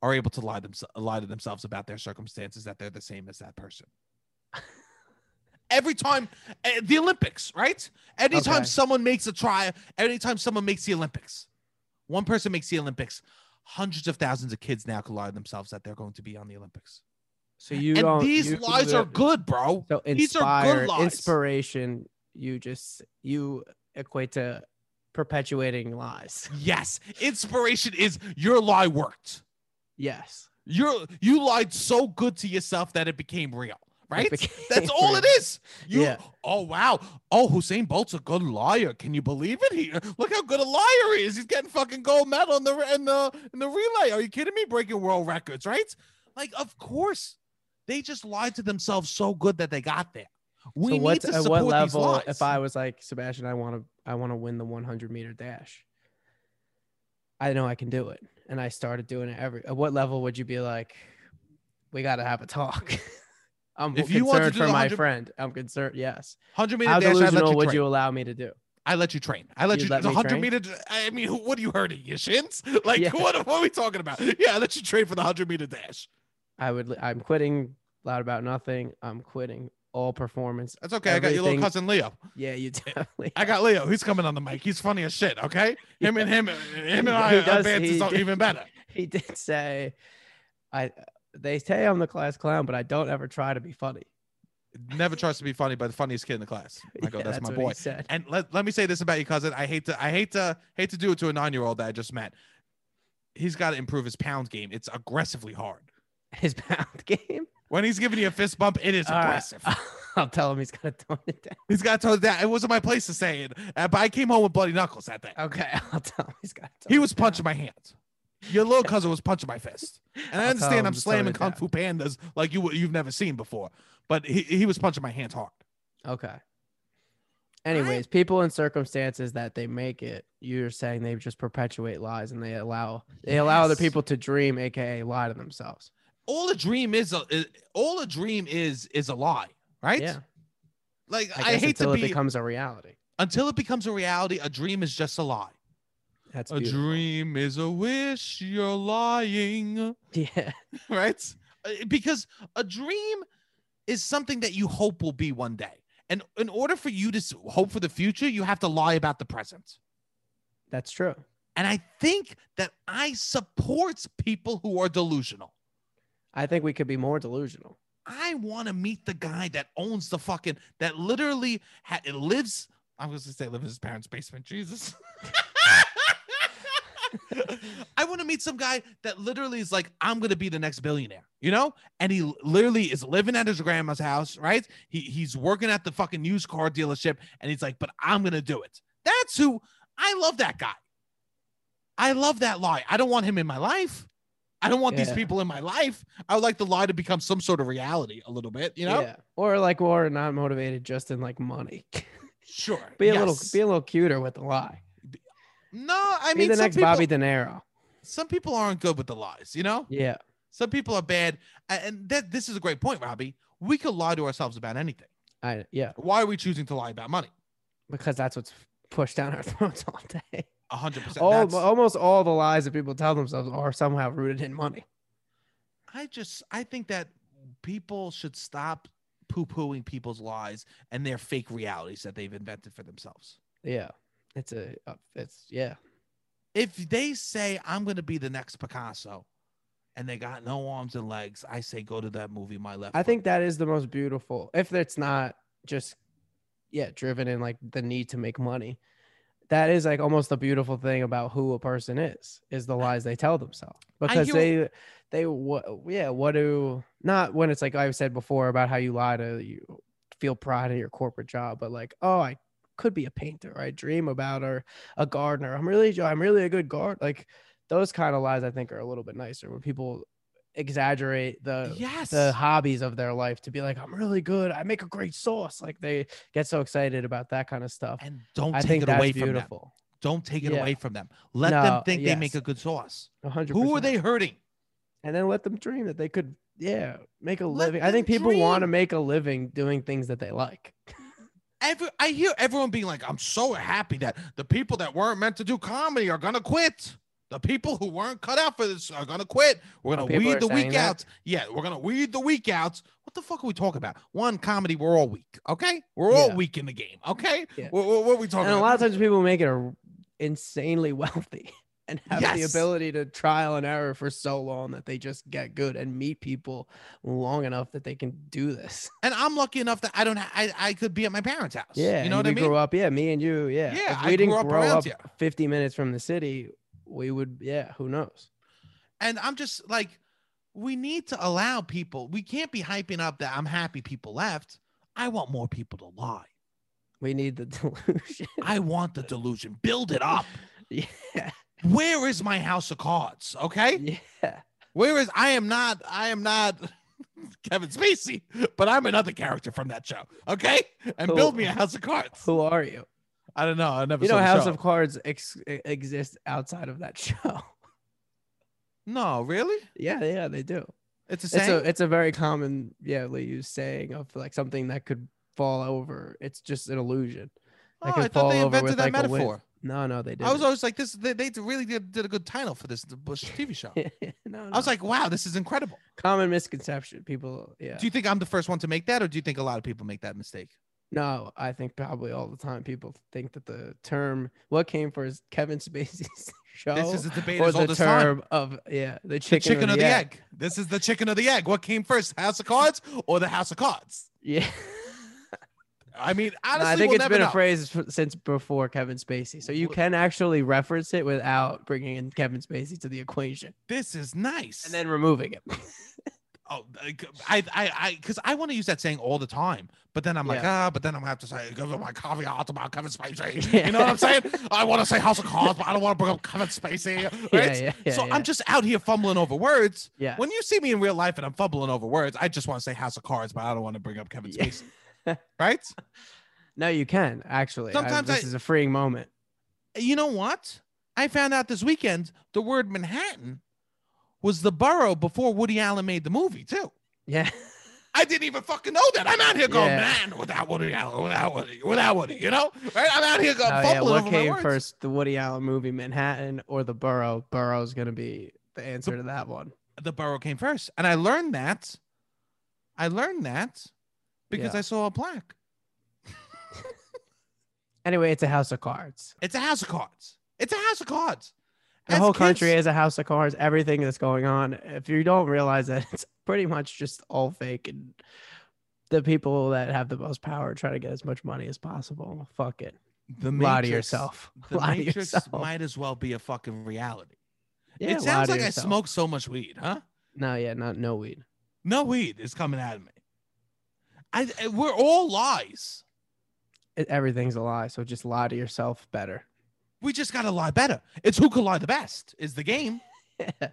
[SPEAKER 1] are able to lie themselves lie to themselves about their circumstances that they're the same as that person every time eh, the olympics right anytime
[SPEAKER 2] Okay.
[SPEAKER 1] someone makes a try anytime someone makes the olympics one person makes the olympics hundreds of thousands of kids now can lie to themselves that they're going to be on the olympics
[SPEAKER 2] So you
[SPEAKER 1] and
[SPEAKER 2] don't-
[SPEAKER 1] these
[SPEAKER 2] you-
[SPEAKER 1] lies are good bro
[SPEAKER 2] So
[SPEAKER 1] These are good
[SPEAKER 2] inspire,
[SPEAKER 1] lies.
[SPEAKER 2] inspiration. You just you equate to perpetuating lies.
[SPEAKER 1] yes inspiration is your lie worked
[SPEAKER 2] Yes.
[SPEAKER 1] you're you lied so good to yourself that it became real right That's all it
[SPEAKER 2] is.
[SPEAKER 1] is. You,
[SPEAKER 2] Yeah.
[SPEAKER 1] oh wow, oh Hussein Bolt's a good liar. Can you believe it? He look how good a liar he is. He's getting fucking gold medal in the in the in the relay. Are you kidding me? Breaking world records, right? Like, of course, they just lied to themselves so good that they got there. We
[SPEAKER 2] so
[SPEAKER 1] need
[SPEAKER 2] what's
[SPEAKER 1] to
[SPEAKER 2] at
[SPEAKER 1] support
[SPEAKER 2] what
[SPEAKER 1] these
[SPEAKER 2] level
[SPEAKER 1] lies.
[SPEAKER 2] if I was like Sebastian, I want to I want to win the 100 meter dash. I know I can do it, and I started doing it every. At what level would you be like, we got to have a talk? I'm
[SPEAKER 1] If
[SPEAKER 2] concerned
[SPEAKER 1] you want to do
[SPEAKER 2] for
[SPEAKER 1] the
[SPEAKER 2] my
[SPEAKER 1] 100
[SPEAKER 2] friend. I'm concerned. Yes.
[SPEAKER 1] hundred meter
[SPEAKER 2] How
[SPEAKER 1] dash, I let
[SPEAKER 2] delusional
[SPEAKER 1] you
[SPEAKER 2] would
[SPEAKER 1] train.
[SPEAKER 2] you allow me to do?
[SPEAKER 1] I let you train. I let
[SPEAKER 2] You'd
[SPEAKER 1] you,
[SPEAKER 2] let me
[SPEAKER 1] hundred
[SPEAKER 2] train?
[SPEAKER 1] meter. I mean, who, what are you hurting? Your shins? Like,
[SPEAKER 2] Yeah.
[SPEAKER 1] what, what are we talking about? Yeah, I let you train for the hundred meter dash.
[SPEAKER 2] I would. li- I'm quitting. Loud about nothing. I'm quitting all performance.
[SPEAKER 1] That's okay. I got your little
[SPEAKER 2] Everything-
[SPEAKER 1] cousin Leo.
[SPEAKER 2] Yeah, you definitely.
[SPEAKER 1] I got Leo. He's coming on the mic. He's funny as shit. Okay, him and him, uh, him and
[SPEAKER 2] He
[SPEAKER 1] I
[SPEAKER 2] does-
[SPEAKER 1] our bands
[SPEAKER 2] he
[SPEAKER 1] is
[SPEAKER 2] did-
[SPEAKER 1] even better.
[SPEAKER 2] he did say, I. They say I'm the class clown, but I don't ever try to be funny.
[SPEAKER 1] Never tries to be funny, but the funniest kid in the class. I go,
[SPEAKER 2] Yeah,
[SPEAKER 1] that's, my
[SPEAKER 2] what he
[SPEAKER 1] boy.
[SPEAKER 2] said.
[SPEAKER 1] And let, let me say this about your cousin. I hate to I hate to hate to do it to a nine year old that I just met. He's got to improve his pound game. It's aggressively hard.
[SPEAKER 2] His pound game.
[SPEAKER 1] When he's giving you a fist bump, it is
[SPEAKER 2] All right.
[SPEAKER 1] aggressive.
[SPEAKER 2] I'll tell him he's gonna tone it down.
[SPEAKER 1] He's got to that. It wasn't my place to say it, uh, but I came home with bloody knuckles that day.
[SPEAKER 2] Okay, I'll tell him he's got.
[SPEAKER 1] He was punching my hands. Your little cousin was punching my fist, and I
[SPEAKER 2] I'll tell
[SPEAKER 1] understand
[SPEAKER 2] him
[SPEAKER 1] I'm
[SPEAKER 2] to tone
[SPEAKER 1] slamming
[SPEAKER 2] it
[SPEAKER 1] kung
[SPEAKER 2] down.
[SPEAKER 1] fu pandas like you you've never seen before, but he, he was punching my hands hard.
[SPEAKER 2] Okay. Anyways, people in circumstances that they make it, you're saying they just perpetuate lies and they allow they allow other
[SPEAKER 1] Yes.
[SPEAKER 2] people to dream, aka lie to themselves.
[SPEAKER 1] All a dream is, a, is all a dream is is a lie, right?
[SPEAKER 2] Yeah,
[SPEAKER 1] Like
[SPEAKER 2] I,
[SPEAKER 1] I,
[SPEAKER 2] guess
[SPEAKER 1] hate
[SPEAKER 2] until
[SPEAKER 1] to be
[SPEAKER 2] it becomes a reality.
[SPEAKER 1] until it becomes a reality. A dream is just a lie.
[SPEAKER 2] That's
[SPEAKER 1] a
[SPEAKER 2] beautiful.
[SPEAKER 1] dream is a wish. You're lying.
[SPEAKER 2] Yeah,
[SPEAKER 1] right? Uh, Because a dream is something that you hope will be one day. And in order for you to s- hope for the future, you have to lie about the present.
[SPEAKER 2] that's true.
[SPEAKER 1] And I think that I supports people who are delusional.
[SPEAKER 2] I think we could be more delusional.
[SPEAKER 1] I want to meet the guy that owns the fucking that literally ha- it lives. I was gonna say lives in his parents' basement. Jesus. I want to meet some guy that literally is like, I'm gonna be the next billionaire, you know? And he l- literally is living at his grandma's house, right? He he's working at the fucking used car dealership, and he's like, but I'm gonna do it. That's who I love. That guy. I love that lie. I don't want him in my life. I don't want these
[SPEAKER 2] Yeah.
[SPEAKER 1] people in my life. I would like the lie to become some sort of reality a little bit, you know?
[SPEAKER 2] yeah. or like or not motivated just in like money.
[SPEAKER 1] Sure.
[SPEAKER 2] be a little
[SPEAKER 1] yes.
[SPEAKER 2] be a little cuter with the lie.
[SPEAKER 1] No, I
[SPEAKER 2] be
[SPEAKER 1] mean
[SPEAKER 2] the
[SPEAKER 1] some
[SPEAKER 2] next
[SPEAKER 1] people,
[SPEAKER 2] Bobby De Niro.
[SPEAKER 1] some people aren't good with the lies, you know?
[SPEAKER 2] Yeah,
[SPEAKER 1] Some people are bad. A- And that this is a great point, Robbie. We could lie to ourselves about anything.
[SPEAKER 2] I yeah,
[SPEAKER 1] Why are we choosing to lie about money?
[SPEAKER 2] because that's what's pushed down our throats all day.
[SPEAKER 1] A 100%.
[SPEAKER 2] all,
[SPEAKER 1] That's-
[SPEAKER 2] almost all the lies that people tell themselves are somehow rooted in money.
[SPEAKER 1] I just I think that people should stop poo-pooing people's lies and their fake realities that they've invented for themselves.
[SPEAKER 2] Yeah, it's a, uh, it's yeah,
[SPEAKER 1] if they say I'm going to be the next Picasso, and they got no arms and legs, I say go to that movie. My left.
[SPEAKER 2] I
[SPEAKER 1] Foot.
[SPEAKER 2] think that is the most beautiful. If it's not just, yeah, driven in like the need to make money, that is like almost the beautiful thing about who a person is is the lies they tell themselves because
[SPEAKER 1] hear-
[SPEAKER 2] they, they what yeah what do not when it's like I said before about how you lie to you feel pride in your corporate job, but like oh I could be a painter or I dream about or a gardener I'm really I'm really a good guard like those kind of lies I think are a little bit nicer when people exaggerate the
[SPEAKER 1] yes.
[SPEAKER 2] the hobbies of their life to be like, I'm really good. I make a great sauce. Like they get so excited about that kind of stuff.
[SPEAKER 1] and don't
[SPEAKER 2] I
[SPEAKER 1] take
[SPEAKER 2] think
[SPEAKER 1] it
[SPEAKER 2] that's
[SPEAKER 1] away from them.
[SPEAKER 2] beautiful.
[SPEAKER 1] Don't take it
[SPEAKER 2] Yeah.
[SPEAKER 1] away from them. Let
[SPEAKER 2] No,
[SPEAKER 1] them think they make a
[SPEAKER 2] yes.
[SPEAKER 1] good sauce.
[SPEAKER 2] 100%.
[SPEAKER 1] Who are they hurting?
[SPEAKER 2] And then let them dream that they could, yeah, make a
[SPEAKER 1] Let
[SPEAKER 2] living. I think
[SPEAKER 1] them
[SPEAKER 2] people want to make a living doing things that they like.
[SPEAKER 1] Every I hear everyone being like, "I'm so happy that the people that weren't meant to do comedy are gonna quit. The people who weren't cut out for this are gonna quit. We're gonna
[SPEAKER 2] Oh, people
[SPEAKER 1] weed
[SPEAKER 2] are
[SPEAKER 1] the
[SPEAKER 2] saying
[SPEAKER 1] weak
[SPEAKER 2] that?
[SPEAKER 1] outs. Yeah, we're gonna weed the weak outs. What the fuck are we talking about? One comedy, we're all weak. Okay, we're all
[SPEAKER 2] Yeah.
[SPEAKER 1] weak in the game. Okay,
[SPEAKER 2] Yeah.
[SPEAKER 1] what, what, what are we talking
[SPEAKER 2] And a
[SPEAKER 1] about?
[SPEAKER 2] lot of times people make it a- insanely wealthy and have the
[SPEAKER 1] Yes.
[SPEAKER 2] ability to trial and error for so long that they just get good and meet people long enough that they can do this.
[SPEAKER 1] and I'm lucky enough that I don't. Ha- I I could be at my parents' house.
[SPEAKER 2] Yeah,
[SPEAKER 1] you know what
[SPEAKER 2] and
[SPEAKER 1] I
[SPEAKER 2] we
[SPEAKER 1] mean.
[SPEAKER 2] grew up. Yeah, me and you. Yeah,
[SPEAKER 1] Yeah,
[SPEAKER 2] If
[SPEAKER 1] I
[SPEAKER 2] we didn't
[SPEAKER 1] grew up
[SPEAKER 2] grow
[SPEAKER 1] around
[SPEAKER 2] up
[SPEAKER 1] you.
[SPEAKER 2] 50 minutes from the city. We would. Yeah, who knows?
[SPEAKER 1] And I'm just like, we need to allow people. We can't be hyping up that I'm happy people left. I want more people to lie.
[SPEAKER 2] We need the delusion.
[SPEAKER 1] I want the delusion. Build it up.
[SPEAKER 2] yeah,
[SPEAKER 1] Where is my house of cards? Okay.
[SPEAKER 2] yeah.
[SPEAKER 1] Where is I am not I am not Kevin Spacey, but I'm another character from that show. Okay? And
[SPEAKER 2] Who-
[SPEAKER 1] build me a house of cards.
[SPEAKER 2] Who are you?
[SPEAKER 1] I don't know. I never
[SPEAKER 2] You
[SPEAKER 1] saw
[SPEAKER 2] know,
[SPEAKER 1] the
[SPEAKER 2] House
[SPEAKER 1] show.
[SPEAKER 2] of Cards ex- exists outside of that show.
[SPEAKER 1] No, really?
[SPEAKER 2] yeah, yeah, they do.
[SPEAKER 1] It's the
[SPEAKER 2] It's
[SPEAKER 1] same.
[SPEAKER 2] a it's a very common yeah used saying of like something that could fall over. It's just an illusion.
[SPEAKER 1] oh,
[SPEAKER 2] could
[SPEAKER 1] I
[SPEAKER 2] fall
[SPEAKER 1] thought they
[SPEAKER 2] over
[SPEAKER 1] invented
[SPEAKER 2] with,
[SPEAKER 1] that
[SPEAKER 2] like, a wind.
[SPEAKER 1] metaphor.
[SPEAKER 2] No, no, they didn't.
[SPEAKER 1] I was always like, this they, they really did, did a good title for this Bush TV show.
[SPEAKER 2] no, no.
[SPEAKER 1] I was like, wow, this is incredible.
[SPEAKER 2] common misconception. People, yeah.
[SPEAKER 1] Do you think I'm the first one to make that, or do you think a lot of people make that mistake?
[SPEAKER 2] No, I think probably all the time people think that the term what came first Kevin Spacey's show
[SPEAKER 1] This is a debate
[SPEAKER 2] or
[SPEAKER 1] as
[SPEAKER 2] the
[SPEAKER 1] old as time.
[SPEAKER 2] term of yeah the
[SPEAKER 1] The
[SPEAKER 2] chicken,
[SPEAKER 1] chicken or the egg. This is the chicken or the egg. What came first, House of Cards or the House of Cards?
[SPEAKER 2] Yeah.
[SPEAKER 1] I mean,
[SPEAKER 2] No,
[SPEAKER 1] honestly,
[SPEAKER 2] I think
[SPEAKER 1] we'll
[SPEAKER 2] it's
[SPEAKER 1] never
[SPEAKER 2] been a
[SPEAKER 1] know.
[SPEAKER 2] phrase f- since before Kevin Spacey. So you
[SPEAKER 1] Well-
[SPEAKER 2] can actually reference it without bringing in Kevin Spacey to the equation
[SPEAKER 1] This is nice.
[SPEAKER 2] and then removing it.
[SPEAKER 1] oh, like, I, I, I, because I want to use that saying all the time, but then I'm like, ah, but then I'm gonna have to say, give him my caveat about Kevin Spacey. You know what I'm saying? I want to say House of Cards, but I don't want to bring up Kevin Spacey.
[SPEAKER 2] yeah,
[SPEAKER 1] Right?
[SPEAKER 2] yeah, yeah,
[SPEAKER 1] so
[SPEAKER 2] yeah.
[SPEAKER 1] I'm just out here fumbling over words.
[SPEAKER 2] yeah.
[SPEAKER 1] When you see me in real life and I'm fumbling over words, I just want to say House of Cards, but I don't want to bring up Kevin
[SPEAKER 2] Yeah.
[SPEAKER 1] Spacey. right?
[SPEAKER 2] No, you can actually. Sometimes
[SPEAKER 1] Sometimes
[SPEAKER 2] this
[SPEAKER 1] I-
[SPEAKER 2] is a freeing moment.
[SPEAKER 1] You know what? I found out this weekend the word Manhattan was the borough before Woody Allen made the movie too.
[SPEAKER 2] Yeah.
[SPEAKER 1] I didn't even fucking know that. I'm out here going,
[SPEAKER 2] Yeah.
[SPEAKER 1] man, without Woody Allen, without Woody, without Woody, you know? Right? I'm out here
[SPEAKER 2] Oh,
[SPEAKER 1] going,
[SPEAKER 2] yeah.
[SPEAKER 1] fumbling
[SPEAKER 2] What
[SPEAKER 1] over
[SPEAKER 2] came
[SPEAKER 1] my words.
[SPEAKER 2] first, the Woody Allen movie Manhattan or the Burrow? Burrow's going to be the answer to that one.
[SPEAKER 1] The borough came first. And I learned that. I learned that because
[SPEAKER 2] Yeah.
[SPEAKER 1] I saw a plaque.
[SPEAKER 2] Anyway, it's a house of cards.
[SPEAKER 1] It's a house of cards. It's a house of cards.
[SPEAKER 2] The
[SPEAKER 1] As
[SPEAKER 2] whole
[SPEAKER 1] kids-
[SPEAKER 2] country is a house of cards. Everything that's going on, if you don't realize that, it's pretty much just all fake and the people that have the most power try to get as much money as possible. Fuck it.
[SPEAKER 1] the
[SPEAKER 2] lie to
[SPEAKER 1] Matrix-
[SPEAKER 2] yourself.
[SPEAKER 1] The
[SPEAKER 2] lie to
[SPEAKER 1] Matrix
[SPEAKER 2] yourself.
[SPEAKER 1] might as well be a fucking reality.
[SPEAKER 2] yeah,
[SPEAKER 1] it
[SPEAKER 2] lie
[SPEAKER 1] sounds
[SPEAKER 2] to
[SPEAKER 1] like I
[SPEAKER 2] yourself.
[SPEAKER 1] smoke so much weed, huh?
[SPEAKER 2] No, yeah, not no weed.
[SPEAKER 1] No weed is coming out of me. I, I- we're all lies.
[SPEAKER 2] It- E, everything's a lie. So just lie to yourself better.
[SPEAKER 1] We just gotta lie better. It's who can lie the best is the game.
[SPEAKER 2] yeah.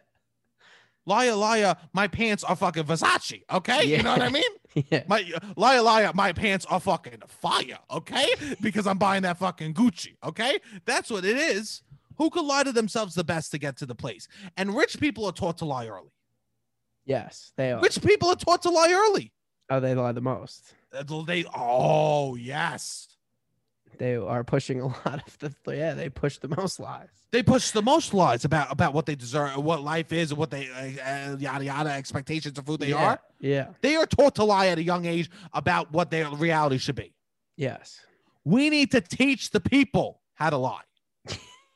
[SPEAKER 1] Liar, liar, my pants are fucking Versace. Okay, you know what I mean.
[SPEAKER 2] Yeah.
[SPEAKER 1] My liar, liar, my pants are fucking fire. Okay, because I'm buying that fucking Gucci. Okay, that's what it is. Who could lie to themselves the best to get to the place? And rich people are taught to lie early.
[SPEAKER 2] Yes, they are.
[SPEAKER 1] Rich people are taught to lie early.
[SPEAKER 2] Oh, they lie the most.
[SPEAKER 1] Uh, They oh yes,
[SPEAKER 2] They are pushing a lot of the. Yeah, they push the most lies.
[SPEAKER 1] they push the most lies about about what they deserve, what life is, and what they uh, uh, yada yada expectations of who they
[SPEAKER 2] Yeah,
[SPEAKER 1] are.
[SPEAKER 2] Yeah.
[SPEAKER 1] They are taught to lie at a young age about what their reality should be.
[SPEAKER 2] Yes.
[SPEAKER 1] We need to teach the people how to lie.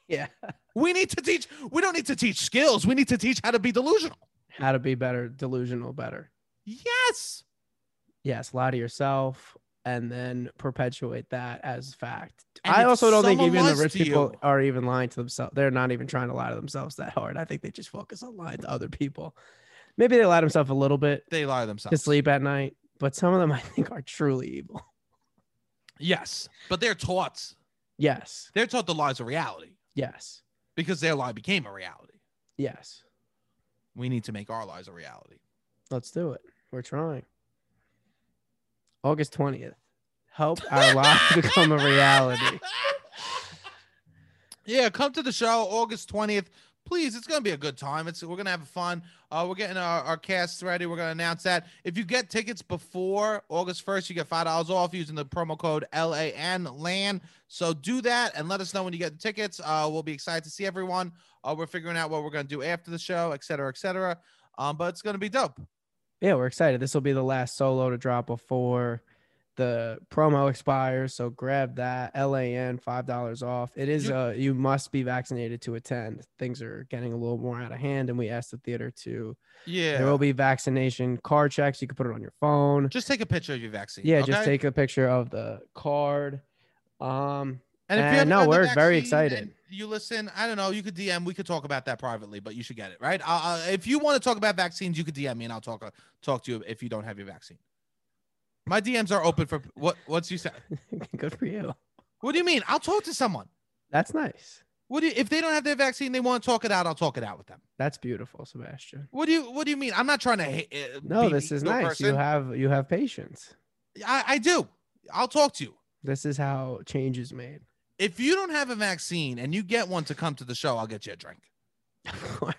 [SPEAKER 2] Yeah.
[SPEAKER 1] We need to teach, we don't need to teach skills. We need to teach how to be delusional.
[SPEAKER 2] How to be better, delusional better.
[SPEAKER 1] Yes.
[SPEAKER 2] Yes, lie to yourself and then perpetuate that as fact.
[SPEAKER 1] And
[SPEAKER 2] I
[SPEAKER 1] if
[SPEAKER 2] also don't think
[SPEAKER 1] someone
[SPEAKER 2] even the
[SPEAKER 1] lies
[SPEAKER 2] rich
[SPEAKER 1] to
[SPEAKER 2] people
[SPEAKER 1] you-
[SPEAKER 2] are even lying to themselves. They're not even trying to lie to themselves that hard. I think they just focus on lying to other people. Maybe they lie to themselves a little bit
[SPEAKER 1] They lie to
[SPEAKER 2] to
[SPEAKER 1] themselves.
[SPEAKER 2] sleep at night, but some of them I think are truly evil.
[SPEAKER 1] Yes. But they're taught,
[SPEAKER 2] Yes.
[SPEAKER 1] they're taught the lies of reality
[SPEAKER 2] Yes.
[SPEAKER 1] because their lie became a reality.
[SPEAKER 2] Yes.
[SPEAKER 1] We need to make our lies a reality.
[SPEAKER 2] Let's do it. We're trying. August 20th. Help our lives become a reality.
[SPEAKER 1] Yeah, come to the show August 20th. Please, it's gonna be a good time. It's we're gonna have fun. Uh, we're getting our, our casts ready. We're gonna announce that. If you get tickets before August 1st, you get five dollars off using the promo code LAN LAN. So do that and let us know when you get the tickets. Uh, we'll be excited to see everyone. Uh, we're figuring out what we're gonna do after the show, et cetera, et cetera. Um, but it's gonna be dope.
[SPEAKER 2] Yeah, we're excited. This will be the last solo to drop before the promo expires. So grab that LAN $5 off. It is
[SPEAKER 1] You-
[SPEAKER 2] uh you must be vaccinated to attend. Things are getting a little more out of hand and we asked the theater to there
[SPEAKER 1] Yeah.
[SPEAKER 2] will be vaccination card checks. You can put it on your phone.
[SPEAKER 1] Just take a picture of your vaccine.
[SPEAKER 2] Yeah, just
[SPEAKER 1] okay?
[SPEAKER 2] take a picture of the card. Um
[SPEAKER 1] And if
[SPEAKER 2] Uh,
[SPEAKER 1] you haven't
[SPEAKER 2] no,
[SPEAKER 1] gotten the
[SPEAKER 2] we're very
[SPEAKER 1] vaccine and
[SPEAKER 2] excited.
[SPEAKER 1] You listen, I don't know. You could DM. We could talk about that privately, but you should get it right. Uh, uh, if you want to talk about vaccines, you could DM me, and I'll talk uh, talk to you if you don't have your vaccine. My DMs are open for what? What's you say?
[SPEAKER 2] good for you.
[SPEAKER 1] What do you mean? I'll talk to someone.
[SPEAKER 2] That's nice.
[SPEAKER 1] What do you, if they don't have their vaccine? They want to talk it out. I'll talk it out with them.
[SPEAKER 2] That's beautiful, Sebastian.
[SPEAKER 1] What do you What do you mean? I'm not trying to hate. Uh,
[SPEAKER 2] No,
[SPEAKER 1] be
[SPEAKER 2] this
[SPEAKER 1] mean
[SPEAKER 2] is
[SPEAKER 1] to a
[SPEAKER 2] nice. You
[SPEAKER 1] person.
[SPEAKER 2] have you have patience.
[SPEAKER 1] I, I do. I'll talk to you.
[SPEAKER 2] This is how change is made.
[SPEAKER 1] If you don't have a vaccine and you get one to come to the show, I'll get you a drink.
[SPEAKER 2] Of course.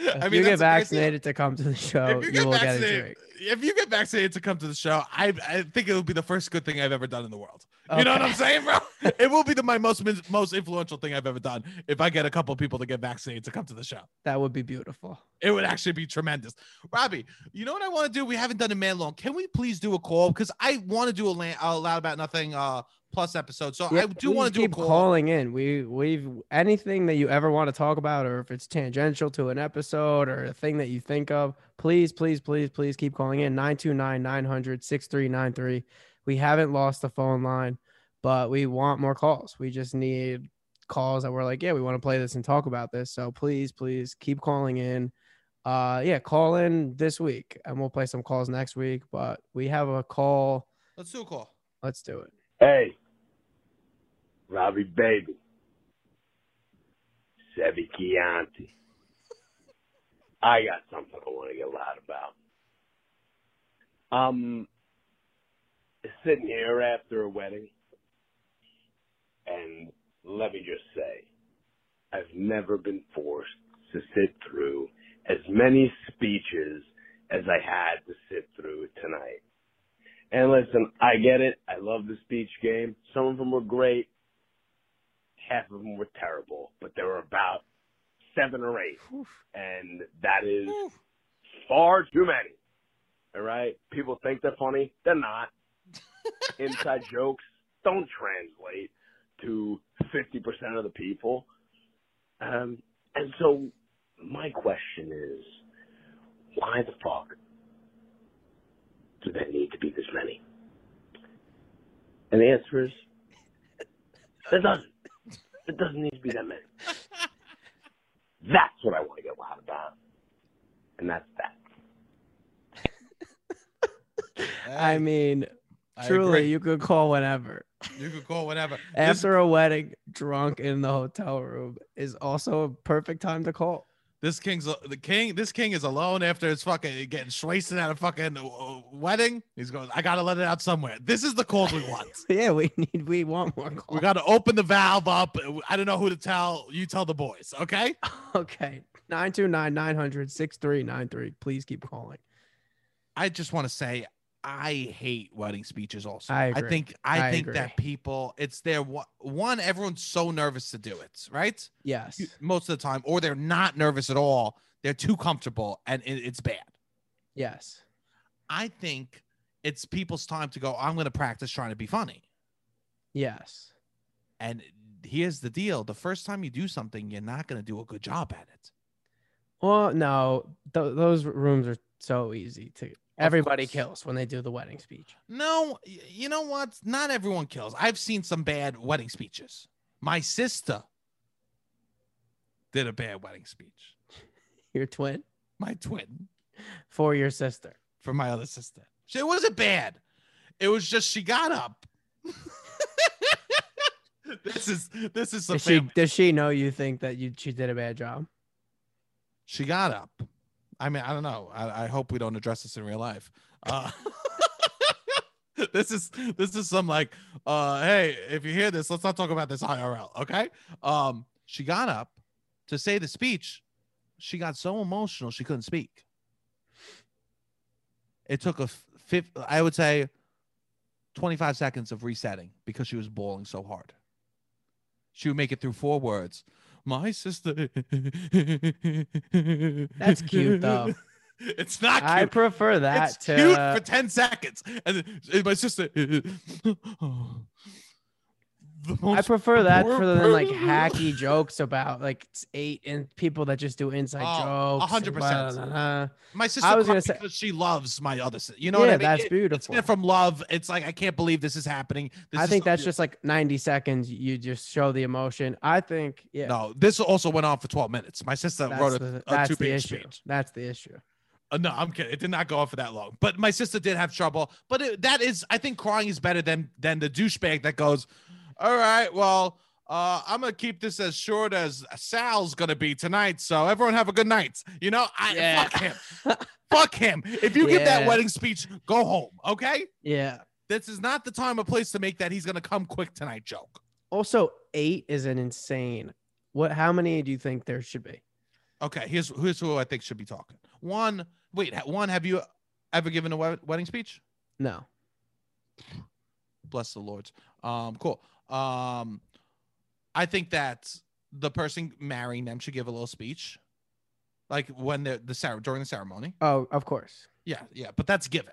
[SPEAKER 1] I
[SPEAKER 2] if you get
[SPEAKER 1] that's a nice deal.
[SPEAKER 2] vaccinated to come to the
[SPEAKER 1] if
[SPEAKER 2] show, Oh, you,
[SPEAKER 1] you get
[SPEAKER 2] will get a
[SPEAKER 1] vaccinated,
[SPEAKER 2] drink.
[SPEAKER 1] if you get vaccinated to come to the show, I I think it would be the first good thing I've ever done in the world. You know what
[SPEAKER 2] Okay.
[SPEAKER 1] I'm saying, bro? It will be the my most min- most influential thing I've ever done if I get a couple people to get vaccinated to come to the show.
[SPEAKER 2] That would be beautiful.
[SPEAKER 1] It would actually be tremendous. Robbie, you know what I want to do? We haven't done a man long. Can we please do a call? Because I want to do a, la- a loud about nothing uh plus episode. So I
[SPEAKER 2] Yeah,
[SPEAKER 1] do want to
[SPEAKER 2] please
[SPEAKER 1] do a
[SPEAKER 2] keep
[SPEAKER 1] call.
[SPEAKER 2] calling in. We we've anything that you ever want to talk about, or if it's tangential to an episode or a thing that you think of, please, please, please, please keep calling in 929-900-6393. We haven't lost the phone line, but we want more calls. We just need calls that we're like, yeah, we want to play this and talk about this. So please, please keep calling in. Uh yeah, call in this week and we'll play some calls next week. But we have a call.
[SPEAKER 1] Let's do a call.
[SPEAKER 2] Let's do it.
[SPEAKER 3] Hey, Robbie Baby, Sevi Chianti. I got something I want to get loud about. I'm sitting here after a wedding, and let me just say, I've never been forced to sit through as many speeches as I had to sit through tonight. And listen, I get it. I love the speech game. Some of them were great. Half of them were terrible, but there were about seven or eight. And that is
[SPEAKER 1] Oof.
[SPEAKER 3] far too many. All right? People think they're funny. They're not. Inside jokes don't translate to 50% of the people. Um, and so my question is, why the fuck do there need to be this many? And the answer is, it doesn't. It doesn't need to be that many. That's what I want to get loud about. And that's that.
[SPEAKER 2] I mean,
[SPEAKER 1] I
[SPEAKER 2] Truly,
[SPEAKER 1] agree.
[SPEAKER 2] you could call whenever.
[SPEAKER 1] you could call whenever. This,
[SPEAKER 2] After a wedding, drunk in the hotel room is also a perfect time to call.
[SPEAKER 1] this king's the king. This king is alone after his fucking getting wasted at a fucking uh, wedding. He's going. I gotta let it out somewhere. This is the calls we want.
[SPEAKER 2] Yeah, we need we want more calls.
[SPEAKER 1] We got to open the valve up. I don't know who to tell. You tell the boys, okay?
[SPEAKER 2] okay. 929 900 6393. Please keep calling.
[SPEAKER 1] I just want to say I hate wedding speeches. Also,
[SPEAKER 2] I agree.
[SPEAKER 1] think I,
[SPEAKER 2] I
[SPEAKER 1] think
[SPEAKER 2] agree.
[SPEAKER 1] that people it's their wa- one. Everyone's so nervous to do it, right?
[SPEAKER 2] Yes.
[SPEAKER 1] Most of the time, or they're not nervous at all. They're too comfortable, and it, it's bad.
[SPEAKER 2] Yes.
[SPEAKER 1] I think it's people's time to go. I'm going to practice trying to be funny.
[SPEAKER 2] Yes.
[SPEAKER 1] And here's the deal: the first time you do something, you're not going to do a good job at it.
[SPEAKER 2] Well, no, th- those rooms are so easy to. Everybody
[SPEAKER 1] course.
[SPEAKER 2] kills when they do the wedding speech.
[SPEAKER 1] No, y- you know what? Not everyone kills. I've seen some bad wedding speeches. My sister did a bad wedding speech.
[SPEAKER 2] Your twin
[SPEAKER 1] My twin
[SPEAKER 2] for your sister.
[SPEAKER 1] for my other sister. She, it wasn't bad. It was just she got up. this is this is some
[SPEAKER 2] Does she,
[SPEAKER 1] family-
[SPEAKER 2] does she know you think that you she did a bad job?
[SPEAKER 1] she got up. I mean, I don't know. I, I hope we don't address this in real life. Uh, this is this is some like, uh, hey, if you hear this, let's not talk about this IRL, okay? Um, she got up to say the speech. She got so emotional she couldn't speak. It took a f- fif- I would say, twenty-five seconds of resetting because she was bawling so hard. She would make it through four words. My sister. That's
[SPEAKER 2] cute, though.
[SPEAKER 1] It's not cute.
[SPEAKER 2] I prefer that uh,
[SPEAKER 1] it's
[SPEAKER 2] to
[SPEAKER 1] cute for 10 seconds. And then- and my sister. The
[SPEAKER 2] I
[SPEAKER 1] most-
[SPEAKER 2] prefer that
[SPEAKER 1] poor
[SPEAKER 2] for the than, like
[SPEAKER 1] person.
[SPEAKER 2] hacky jokes about like it's eight and people that just do inside
[SPEAKER 1] Oh, a
[SPEAKER 2] jokes.
[SPEAKER 1] hundred
[SPEAKER 2] and blah,
[SPEAKER 1] percent.
[SPEAKER 2] blah, blah, blah.
[SPEAKER 1] my sister
[SPEAKER 2] I was
[SPEAKER 1] cried
[SPEAKER 2] gonna say-
[SPEAKER 1] because she loves my other sister. You know what
[SPEAKER 2] Yeah,
[SPEAKER 1] I mean?
[SPEAKER 2] that's
[SPEAKER 1] It- It's
[SPEAKER 2] beautiful.
[SPEAKER 1] not from love. It's like I can't believe this is happening. This
[SPEAKER 2] I
[SPEAKER 1] is
[SPEAKER 2] think
[SPEAKER 1] so
[SPEAKER 2] that's
[SPEAKER 1] beautiful.
[SPEAKER 2] just like 90 seconds. You just show the emotion. I think, yeah.
[SPEAKER 1] no. This also went on for 12 minutes. My sister
[SPEAKER 2] that's
[SPEAKER 1] wrote a,
[SPEAKER 2] the,
[SPEAKER 1] a
[SPEAKER 2] that's the
[SPEAKER 1] two-page
[SPEAKER 2] issue.
[SPEAKER 1] speech.
[SPEAKER 2] That's the issue.
[SPEAKER 1] Uh, no, I'm kidding. It did not go on for that long. But my sister did have trouble. But it, that is, I think, crying is better than than the douchebag that goes, "All right, well, uh, I'm gonna keep this as short as Sal's gonna be tonight. So everyone have a good night." You know, I
[SPEAKER 2] Yeah.
[SPEAKER 1] fuck him. fuck him. If you give that
[SPEAKER 2] Yeah.
[SPEAKER 1] wedding speech, go home. Okay,
[SPEAKER 2] Yeah.
[SPEAKER 1] this is not the time or place to make that. He's gonna come quick tonight. Joke.
[SPEAKER 2] Also, eight is an insane. What? How many do you think there should be?
[SPEAKER 1] Okay, here's here's who I think should be talking. One, wait, ha- one. Have you ever given a wed- wedding speech?
[SPEAKER 2] No.
[SPEAKER 1] Bless the Lord. Um, cool. Um, I think that the person marrying them should give a little speech, like when the the cer- during the ceremony.
[SPEAKER 2] Oh, of course.
[SPEAKER 1] Yeah, yeah, but that's given.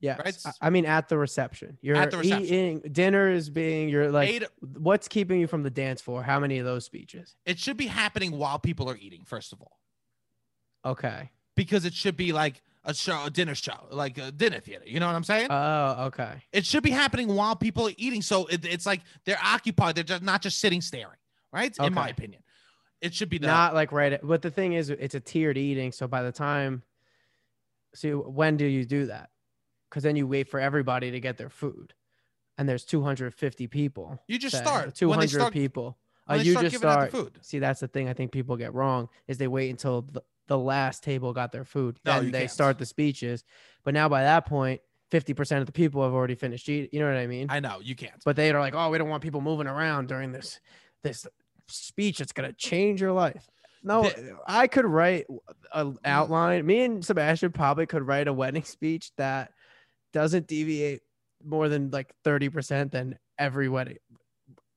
[SPEAKER 2] Yes.
[SPEAKER 1] Right?
[SPEAKER 2] I, I mean, at the reception, you're
[SPEAKER 1] the reception.
[SPEAKER 2] eating. Dinner is being. You're like,
[SPEAKER 1] Eight-
[SPEAKER 2] what's keeping you from the dance floor? How many of those speeches?
[SPEAKER 1] it should be happening while people are eating, first of all,
[SPEAKER 2] Okay.
[SPEAKER 1] because it should be like a show, a dinner show, like a dinner theater. You know what I'm saying?
[SPEAKER 2] Oh, okay.
[SPEAKER 1] It should be happening while people are eating. So it, it's like they're occupied. They're just not just sitting staring, right? In my
[SPEAKER 2] Okay.
[SPEAKER 1] opinion, it should be the,
[SPEAKER 2] Not like right. At, but the thing is, it's a tiered eating. So by the time, see, when do you do that? Because then you wait for everybody to get their food, and there's 250 people.
[SPEAKER 1] you just
[SPEAKER 2] say,
[SPEAKER 1] start when they
[SPEAKER 2] 200
[SPEAKER 1] start,
[SPEAKER 2] people. Uh,
[SPEAKER 1] when they
[SPEAKER 2] you
[SPEAKER 1] start
[SPEAKER 2] just
[SPEAKER 1] giving
[SPEAKER 2] start.
[SPEAKER 1] out the food.
[SPEAKER 2] See, that's the thing I think people get wrong is they wait until the, the last table got their food.
[SPEAKER 1] No,
[SPEAKER 2] Then
[SPEAKER 1] you
[SPEAKER 2] they
[SPEAKER 1] can't.
[SPEAKER 2] start the speeches. But now by that point, 50% of the people have already finished eating. You know what I mean?
[SPEAKER 1] I know you can't.
[SPEAKER 2] but they are like, oh, we don't want people moving around during this this speech. It's gonna change your life. No,
[SPEAKER 1] The- Mm.
[SPEAKER 2] I could write an outline. Me and Sebastian probably could write a wedding speech that doesn't deviate more than like thirty percent than every wedding.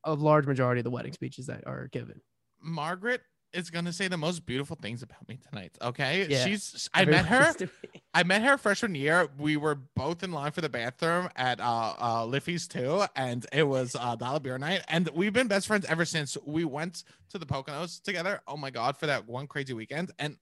[SPEAKER 2] A large majority of the wedding speeches that are given.
[SPEAKER 1] Margaret is gonna say the most beautiful things about me tonight. Okay,
[SPEAKER 2] Yeah.
[SPEAKER 1] she's. I met her.
[SPEAKER 2] Everybody's doing-
[SPEAKER 1] I met her freshman year. We were both in line for the bathroom at uh, uh, Liffy's too, and it was uh, dollar beer night. And we've been best friends ever since. We went to the Poconos together. Oh my god, for that one crazy weekend! And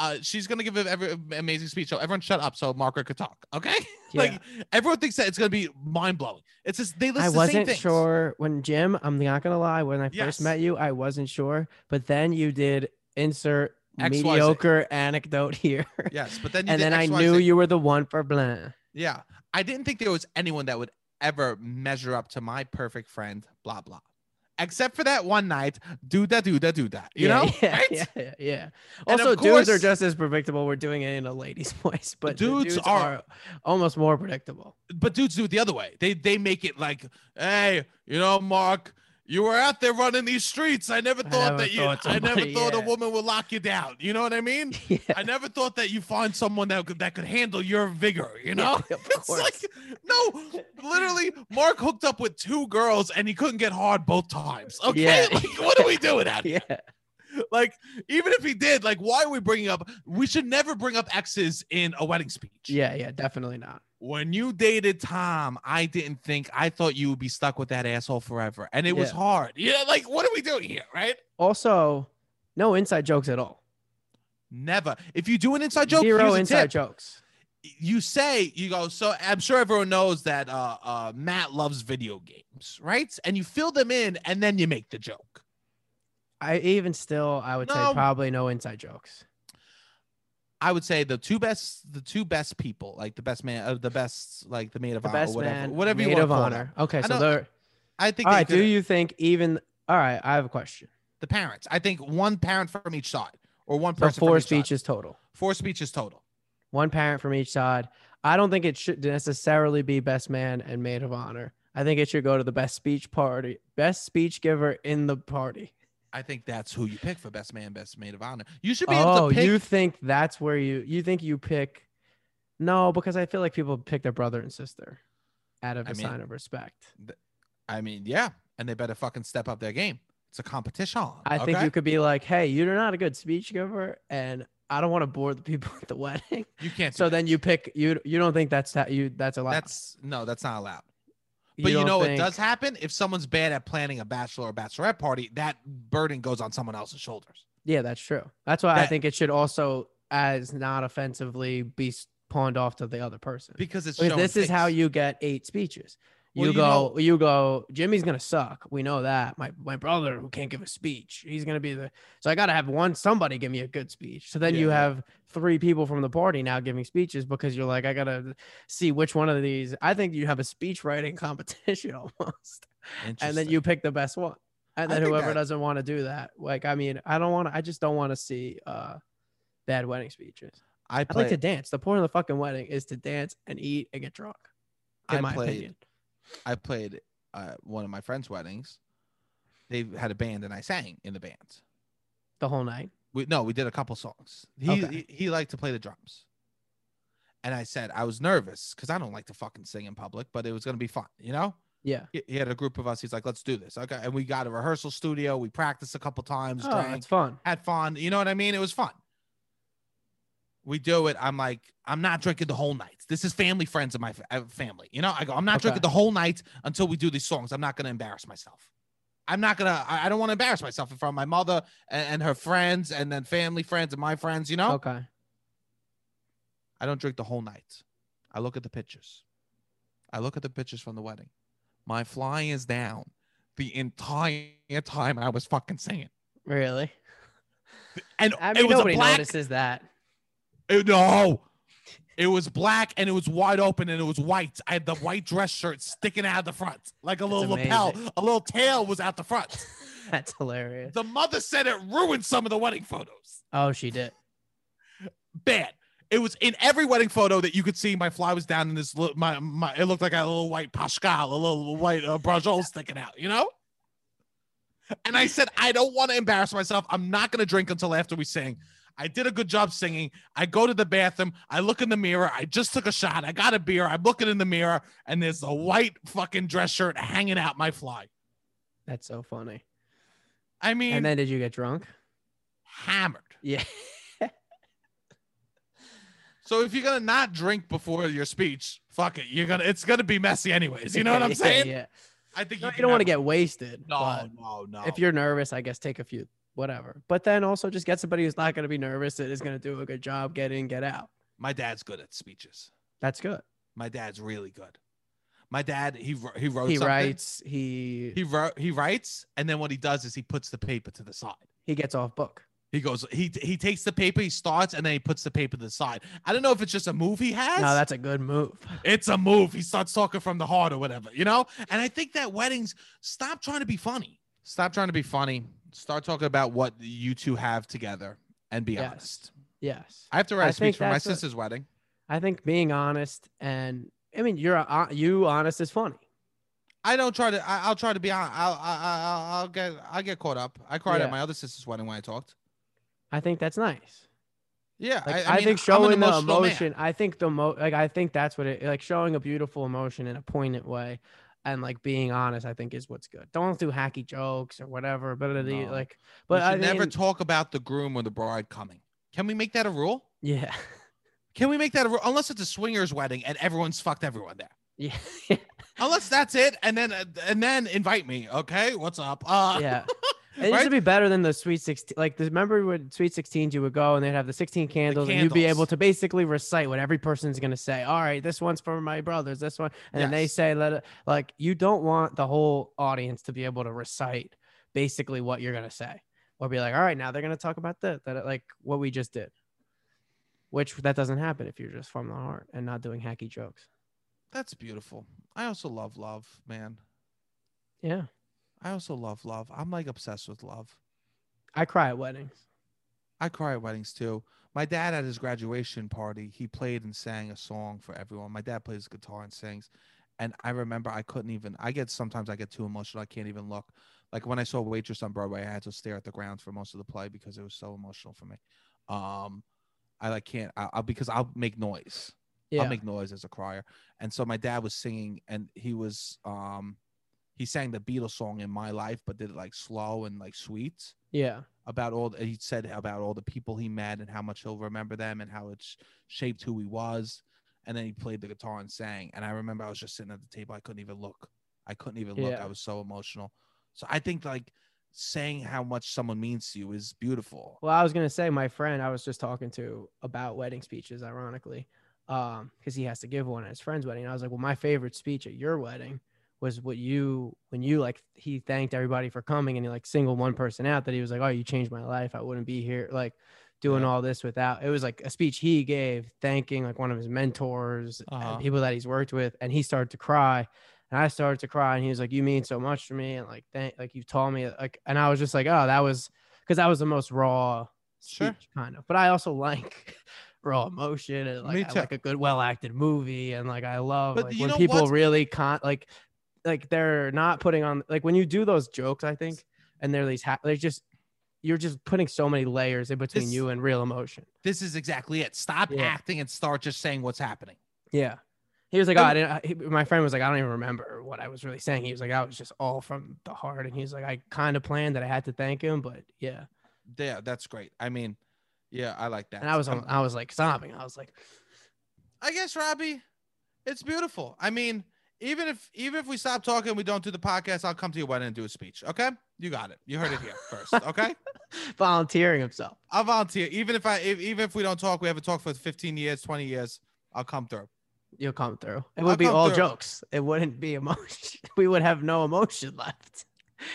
[SPEAKER 1] uh, she's gonna give an every amazing speech. So everyone, shut up, so Margaret could talk. Okay, like everyone thinks that it's gonna be mind blowing. It's just they listen.
[SPEAKER 2] I
[SPEAKER 1] to the same
[SPEAKER 2] wasn't
[SPEAKER 1] things.
[SPEAKER 2] sure when Jim, I'm not gonna lie, when I
[SPEAKER 1] Yes.
[SPEAKER 2] first met you, I wasn't sure, but then you did insert
[SPEAKER 1] XYZ.
[SPEAKER 2] mediocre anecdot here.
[SPEAKER 1] Yes, but then you
[SPEAKER 2] and
[SPEAKER 1] did
[SPEAKER 2] then I
[SPEAKER 1] X, Y,
[SPEAKER 2] knew
[SPEAKER 1] Z.
[SPEAKER 2] you were the one for blah.
[SPEAKER 1] Yeah, I didn't think there was anyone that would ever measure up to my perfect friend, blah blah. Except for that one night, do da do da do da. You
[SPEAKER 2] yeah,
[SPEAKER 1] know,
[SPEAKER 2] Yeah,
[SPEAKER 1] right?
[SPEAKER 2] yeah, yeah, yeah.
[SPEAKER 1] And of
[SPEAKER 2] Also, dudes are
[SPEAKER 1] course-
[SPEAKER 2] just as predictable. We're doing it in a lady's voice, but the
[SPEAKER 1] Dudes
[SPEAKER 2] dudes,
[SPEAKER 1] are-
[SPEAKER 2] are, almost more predictable.
[SPEAKER 1] But dudes do it the other way. They they make it like, hey, you know, Mark, you were out there running these streets. I never
[SPEAKER 2] I
[SPEAKER 1] thought
[SPEAKER 2] never
[SPEAKER 1] that you.
[SPEAKER 2] thought
[SPEAKER 1] I never
[SPEAKER 2] somebody-
[SPEAKER 1] thought a
[SPEAKER 2] yeah.
[SPEAKER 1] woman would lock you down. You know what I mean?
[SPEAKER 2] yeah,
[SPEAKER 1] I never thought that you find someone that could, that could handle your vigor. You know.
[SPEAKER 2] of
[SPEAKER 1] It's
[SPEAKER 2] course.
[SPEAKER 1] like no, literally, Mark hooked up with two girls and he couldn't get hard both times. Okay,
[SPEAKER 2] Yeah.
[SPEAKER 1] like what are we doing at?
[SPEAKER 2] yeah,
[SPEAKER 1] Like even if he did, like why are we bringing up? We should never bring up exes in a wedding speech.
[SPEAKER 2] yeah, yeah, definitely not.
[SPEAKER 1] When you dated Tom, I didn't think I thought you would be stuck with that asshole forever, and it was
[SPEAKER 2] Yeah.
[SPEAKER 1] hard. Yeah, like what are we doing here, right?
[SPEAKER 2] Also, no inside jokes at all.
[SPEAKER 1] Never. If you do an inside joke,
[SPEAKER 2] Zero
[SPEAKER 1] here's a
[SPEAKER 2] inside
[SPEAKER 1] tip.
[SPEAKER 2] jokes.
[SPEAKER 1] you say you go so i'm sure everyone knows that uh, uh matt loves video games right and you fill them in and then you make the joke
[SPEAKER 2] I even still, I would
[SPEAKER 1] No.
[SPEAKER 2] say probably no inside jokes.
[SPEAKER 1] i would say the two best the two best people like the best man uh, the best like the maid of
[SPEAKER 2] The
[SPEAKER 1] honor
[SPEAKER 2] best
[SPEAKER 1] whatever
[SPEAKER 2] man,
[SPEAKER 1] whatever you
[SPEAKER 2] maid
[SPEAKER 1] want
[SPEAKER 2] of
[SPEAKER 1] to call
[SPEAKER 2] honor. Okay,
[SPEAKER 1] I
[SPEAKER 2] so
[SPEAKER 1] don't-
[SPEAKER 2] there.
[SPEAKER 1] that. i think
[SPEAKER 2] All
[SPEAKER 1] they
[SPEAKER 2] right, do
[SPEAKER 1] could-
[SPEAKER 2] you think even? All right, I have a question.
[SPEAKER 1] the parents i think one parent from each side or one
[SPEAKER 2] So
[SPEAKER 1] person
[SPEAKER 2] four
[SPEAKER 1] from each side.
[SPEAKER 2] speeches total.
[SPEAKER 1] four speeches total
[SPEAKER 2] one parent from each side. I don't think it should necessarily be best man and maid of honor. I think it should go to the best speech party, best speech giver in the party.
[SPEAKER 1] i think that's who you pick for best man best maid of honor you should be able
[SPEAKER 2] Oh,
[SPEAKER 1] to pick
[SPEAKER 2] you think that's where you you think you pick? No, because I feel like people pick their brother and sister out of
[SPEAKER 1] I
[SPEAKER 2] a
[SPEAKER 1] mean-
[SPEAKER 2] sign of respect.
[SPEAKER 1] i mean yeah and they better fucking step up their game it's a competition
[SPEAKER 2] I think
[SPEAKER 1] okay?
[SPEAKER 2] you could be like, "Hey, you're not a good speech giver, and I don't want to bore the people at the wedding."
[SPEAKER 1] you can't do
[SPEAKER 2] So then you pick you you don't think that's that you that's a lot.
[SPEAKER 1] That's no, that's not allowed. But you, know, it does happen if someone's bad at planning a bachelor or bachelorette party. That burden goes on someone else's shoulders.
[SPEAKER 2] Yeah, that's true. That's why I
[SPEAKER 1] That-
[SPEAKER 2] think it should also, as not offensively, be s- pawned off to the other person.
[SPEAKER 1] Because it's
[SPEAKER 2] Because
[SPEAKER 1] showing
[SPEAKER 2] this is how
[SPEAKER 1] face.
[SPEAKER 2] you get eight speeches. You,
[SPEAKER 1] Well, you
[SPEAKER 2] go,
[SPEAKER 1] know-
[SPEAKER 2] you go. Jimmy's gonna suck. We know that. My my brother who can't give a speech. He's gonna be the. So I gotta have one somebody give me a good speech. So then
[SPEAKER 1] Yeah,
[SPEAKER 2] you
[SPEAKER 1] yeah.
[SPEAKER 2] have three people from the party now giving speeches because you're like, I gotta see which one of these. I think you have a speech writing competition almost and then
[SPEAKER 1] Interesting.
[SPEAKER 2] you pick the best one. And
[SPEAKER 1] I
[SPEAKER 2] then
[SPEAKER 1] think
[SPEAKER 2] whoever
[SPEAKER 1] that-
[SPEAKER 2] doesn't want to do that, like I mean, I don't want to. I just don't want to see uh bad wedding speeches.
[SPEAKER 1] I
[SPEAKER 2] I'd
[SPEAKER 1] play.
[SPEAKER 2] like to dance. The point of the fucking wedding is to dance and eat and get drunk. In
[SPEAKER 1] I
[SPEAKER 2] my
[SPEAKER 1] played-
[SPEAKER 2] opinion,
[SPEAKER 1] I played uh, one of my friends' weddings. They had a band, and I sang in the band.
[SPEAKER 2] the whole night.
[SPEAKER 1] We no, we did a couple songs. He
[SPEAKER 2] Okay.
[SPEAKER 1] he, he liked to play the drums, and I said I was nervous because I don't like to fucking sing in public, but it was gonna be fun, you know.
[SPEAKER 2] Yeah.
[SPEAKER 1] He, he had a group of us. He's like, "Let's do this." Okay, and we got a rehearsal studio. We practiced a couple times,
[SPEAKER 2] Oh,
[SPEAKER 1] drank,
[SPEAKER 2] that's fun.
[SPEAKER 1] had fun. You know what I mean? It was fun. We do it. I'm like, I'm not drinking the whole night. This is family friends of my fa- uh, family. You know, I go, I'm not
[SPEAKER 2] Okay.
[SPEAKER 1] drinking the whole night until we do these songs. I'm not going to embarrass myself. I'm not going to, I I don't want to embarrass myself in front of my mother and, and her friends and then family friends and my friends. You know,
[SPEAKER 2] Okay.
[SPEAKER 1] I don't drink the whole night. I look at the pictures. I look at the pictures from the wedding. My fly is down the entire time I was fucking singing.
[SPEAKER 2] Really?
[SPEAKER 1] And
[SPEAKER 2] I mean,
[SPEAKER 1] it was a
[SPEAKER 2] nobody
[SPEAKER 1] black
[SPEAKER 2] notices that.
[SPEAKER 1] It- no. It was black and it was wide open and it was white. I had the white dress shirt sticking out the front, like a little lapel.
[SPEAKER 2] amazing.
[SPEAKER 1] A little tail was out the front.
[SPEAKER 2] That's hilarious.
[SPEAKER 1] The mother said it ruined some of the wedding photos.
[SPEAKER 2] Oh, she did.
[SPEAKER 1] Bad. It was in every wedding photo that you could see. My fly was down in this. li- My, my it looked like I had a little white pascal, a little white uh, brajol sticking out. You know. And I said, I don't want to embarrass myself. I'm not going to drink until after we sing. I did a good job singing. I go to the bathroom. I look in the mirror. I just took a shot. I got a beer. I'm looking in the mirror, and there's a white fucking dress shirt hanging out my fly.
[SPEAKER 2] That's so funny.
[SPEAKER 1] I mean,
[SPEAKER 2] And then did you get drunk?
[SPEAKER 1] hammered.
[SPEAKER 2] Yeah.
[SPEAKER 1] So if you're gonna not drink before your speech, fuck it. You're gonna it's gonna be messy anyways. You know what I'm
[SPEAKER 2] Yeah,
[SPEAKER 1] saying?
[SPEAKER 2] Yeah.
[SPEAKER 1] I think
[SPEAKER 2] No,
[SPEAKER 1] you,
[SPEAKER 2] you don't want to get wasted. but-
[SPEAKER 1] no, no, no.
[SPEAKER 2] if you're nervous, I guess take a few, whatever. But then also just get somebody who's not going to be nervous that is going to do a good job, get in, get out.
[SPEAKER 1] my dad's good at speeches.
[SPEAKER 2] That's good.
[SPEAKER 1] My dad's really good. My dad he wr- he wrote
[SPEAKER 2] he
[SPEAKER 1] something.
[SPEAKER 2] writes, he, he
[SPEAKER 1] He wrote he writes, and then what he does is he puts the paper to the side.
[SPEAKER 2] gets off book.
[SPEAKER 1] He goes he he takes the paper, he starts, and then he puts the paper to the side. I don't know if it's just a move he has.
[SPEAKER 2] No, that's a good move.
[SPEAKER 1] it's a move. He starts talking from the heart or whatever, you know? And I think that weddings stop trying to be funny. Stop trying to be funny. Start talking about what you two have together and be
[SPEAKER 2] Yes.
[SPEAKER 1] honest.
[SPEAKER 2] Yes.
[SPEAKER 1] I have to write
[SPEAKER 2] I
[SPEAKER 1] a speech
[SPEAKER 2] think
[SPEAKER 1] for my
[SPEAKER 2] that's what-
[SPEAKER 1] sister's wedding.
[SPEAKER 2] I think being honest and I mean, you're uh, you honest is funny.
[SPEAKER 1] I don't try to. I, I'll try to be honest. I'll, I'll, I'll, I'll get. I'll get caught up. I cried
[SPEAKER 2] Yeah.
[SPEAKER 1] at my other sister's wedding when I talked.
[SPEAKER 2] I think that's nice.
[SPEAKER 1] Yeah,
[SPEAKER 2] Like,
[SPEAKER 1] I,
[SPEAKER 2] I,
[SPEAKER 1] mean,
[SPEAKER 2] think
[SPEAKER 1] I'm an
[SPEAKER 2] showing the
[SPEAKER 1] emotional man.
[SPEAKER 2] emotion, I think the mo like I think that's what it like showing a beautiful emotion in a poignant way and like being honest, I think is what's good. Don't do hacky jokes or whatever, but it-
[SPEAKER 1] No.
[SPEAKER 2] like
[SPEAKER 1] We
[SPEAKER 2] but I
[SPEAKER 1] should never
[SPEAKER 2] mean-
[SPEAKER 1] talk about the groom or the bride coming. Can we make that a rule?
[SPEAKER 2] yeah.
[SPEAKER 1] Can we make that a rule? Unless it's a swingers wedding and everyone's fucked everyone there.
[SPEAKER 2] Yeah.
[SPEAKER 1] unless that's it and then uh, and then invite me okay what's up uh
[SPEAKER 2] yeah. It used
[SPEAKER 1] right?
[SPEAKER 2] to be better than the Sweet 16. Like, the, remember when Sweet 16s you would go and they'd have the 16 candles, and you'd be
[SPEAKER 1] candles.
[SPEAKER 2] able to basically recite what every person's going to say. All right, this one's for my brothers, this one. And then they
[SPEAKER 1] Yes.
[SPEAKER 2] say, let it, like, you don't want the whole audience to be able to recite basically what you're going to say or be like, all right, now they're going to talk about that, that, like what we just did, which that doesn't happen if you're just from the heart and not doing hacky jokes.
[SPEAKER 1] that's beautiful i also love love man
[SPEAKER 2] Yeah.
[SPEAKER 1] i also love love i'm like obsessed with love
[SPEAKER 2] I cry at weddings.
[SPEAKER 1] i cry at weddings too my dad at his graduation party he played and sang a song for everyone my dad plays guitar and sings and i remember i couldn't even i get sometimes i get too emotional i can't even look like when i saw waitress on broadway i had to stare at the ground for most of the play because it was so emotional for me um i like can't I, I because i'll make noise
[SPEAKER 2] Yeah.
[SPEAKER 1] I'll make noise as a crier. And so my dad was singing and he was um he sang the Beatles song in my life, but did it like slow and like sweet
[SPEAKER 2] yeah.
[SPEAKER 1] about all the, he said about all the people he met and how much he'll remember them and how it's shaped who he was. And then he played the guitar and sang. And I remember I was just sitting at the table. I couldn't even look. I couldn't even look.
[SPEAKER 2] Yeah.
[SPEAKER 1] I was so emotional. So I think like saying how much someone means to you is beautiful.
[SPEAKER 2] Well, I was gonna say my friend I was just talking to about wedding speeches, ironically, because he has to give one at his friend's wedding. And I was like, well, my favorite speech at your wedding was what you when you like he thanked everybody for coming and he like singled one person out that he was like, oh, you changed my life. I wouldn't be here like doing
[SPEAKER 1] Yeah.
[SPEAKER 2] all this without. It was like a speech he gave thanking like one of his mentors
[SPEAKER 1] Uh-huh.
[SPEAKER 2] and people that he's worked with, and he started to cry. And I started to cry, and he was like, "You mean so much to me, and like, thank, like you taught me, like." And I was just like, "Oh, that was because that was the most raw
[SPEAKER 1] Sure.
[SPEAKER 2] speech, kind of. But I also like raw emotion and like
[SPEAKER 1] Me
[SPEAKER 2] I
[SPEAKER 1] too.
[SPEAKER 2] like a good, well acted movie, and like I love
[SPEAKER 1] But
[SPEAKER 2] like,
[SPEAKER 1] you
[SPEAKER 2] when
[SPEAKER 1] know
[SPEAKER 2] people
[SPEAKER 1] what's-
[SPEAKER 2] really con like like they're not putting on like when you do those jokes, I think, and they're these ha- they're just you're just putting so many layers in between
[SPEAKER 1] This-
[SPEAKER 2] you and real emotion.
[SPEAKER 1] This is exactly it. Stop
[SPEAKER 2] Yeah.
[SPEAKER 1] acting and start just saying what's happening.
[SPEAKER 2] Yeah. He was like, oh,
[SPEAKER 1] And-
[SPEAKER 2] I didn't, I, he- my friend was like, I don't even remember what I was really saying. He was like, I was just all from the heart. And he was like, I kind of planned that I had to thank him, but yeah.
[SPEAKER 1] Yeah, that's great. I mean, yeah, I like that.
[SPEAKER 2] And I was,
[SPEAKER 1] I'm-
[SPEAKER 2] on, I was like sobbing. I was like,
[SPEAKER 1] I guess Robbie, it's beautiful. I mean, even if even if we stop talking, and we don't do the podcast. I'll come to your wedding and do a speech. Okay, you got it. You heard it here first. Okay,
[SPEAKER 2] volunteering himself.
[SPEAKER 1] I'll volunteer. Even if I if, even if we don't talk, we haven't talked for 15 years, 20 years. I'll come through.
[SPEAKER 2] You'll come through. It
[SPEAKER 1] I'll
[SPEAKER 2] would be
[SPEAKER 1] come
[SPEAKER 2] all
[SPEAKER 1] through.
[SPEAKER 2] jokes. It wouldn't be emotion. We would have no emotion left.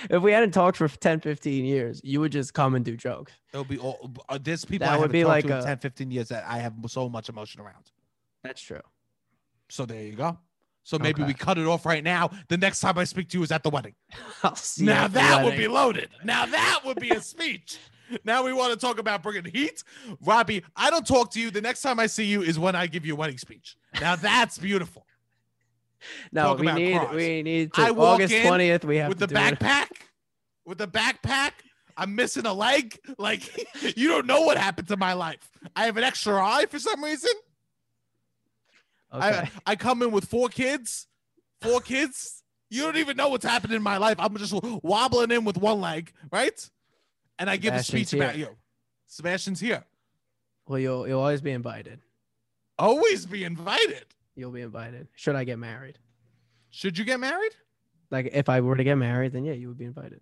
[SPEAKER 2] If we hadn't talked for 10, 15 years, you would just come and do jokes.
[SPEAKER 1] It'll be all. uh, There's people
[SPEAKER 2] That
[SPEAKER 1] I
[SPEAKER 2] would
[SPEAKER 1] would
[SPEAKER 2] be
[SPEAKER 1] be
[SPEAKER 2] like
[SPEAKER 1] like to in
[SPEAKER 2] a-
[SPEAKER 1] 10, 15 years that I have so much emotion around.
[SPEAKER 2] That's true.
[SPEAKER 1] So there you go. So maybe
[SPEAKER 2] Okay.
[SPEAKER 1] we cut it off right now. The next time I speak to you is at the wedding.
[SPEAKER 2] I'll see. you
[SPEAKER 1] Now
[SPEAKER 2] at the
[SPEAKER 1] that would be
[SPEAKER 2] wedding.
[SPEAKER 1] loaded. Now that would be a speech. Now we want to talk about bringing heat. Robbie, I don't talk to you. The next time I see you is when I give you a wedding speech. Now that's beautiful.
[SPEAKER 2] no.
[SPEAKER 1] talk
[SPEAKER 2] We
[SPEAKER 1] about
[SPEAKER 2] need.
[SPEAKER 1] cross.
[SPEAKER 2] We need to.
[SPEAKER 1] I walk
[SPEAKER 2] August
[SPEAKER 1] in
[SPEAKER 2] twentieth. We have
[SPEAKER 1] With
[SPEAKER 2] to
[SPEAKER 1] the
[SPEAKER 2] do it.
[SPEAKER 1] backpack, with the backpack, I'm missing a leg. Like, you don't know what happened to my life. I have an extra eye for some reason.
[SPEAKER 2] Okay.
[SPEAKER 1] I, I come in with four kids, four kids. You don't even know what's happening in my life. I'm just wobbling in with one leg, right? And I give a
[SPEAKER 2] Sebastian's
[SPEAKER 1] speech about you. Sebastian's here.
[SPEAKER 2] Well, you'll you'll always be invited.
[SPEAKER 1] Always be invited.
[SPEAKER 2] You'll be invited. Should I get married?
[SPEAKER 1] Should you get married?
[SPEAKER 2] Like if I were to get married, then yeah, you would be invited.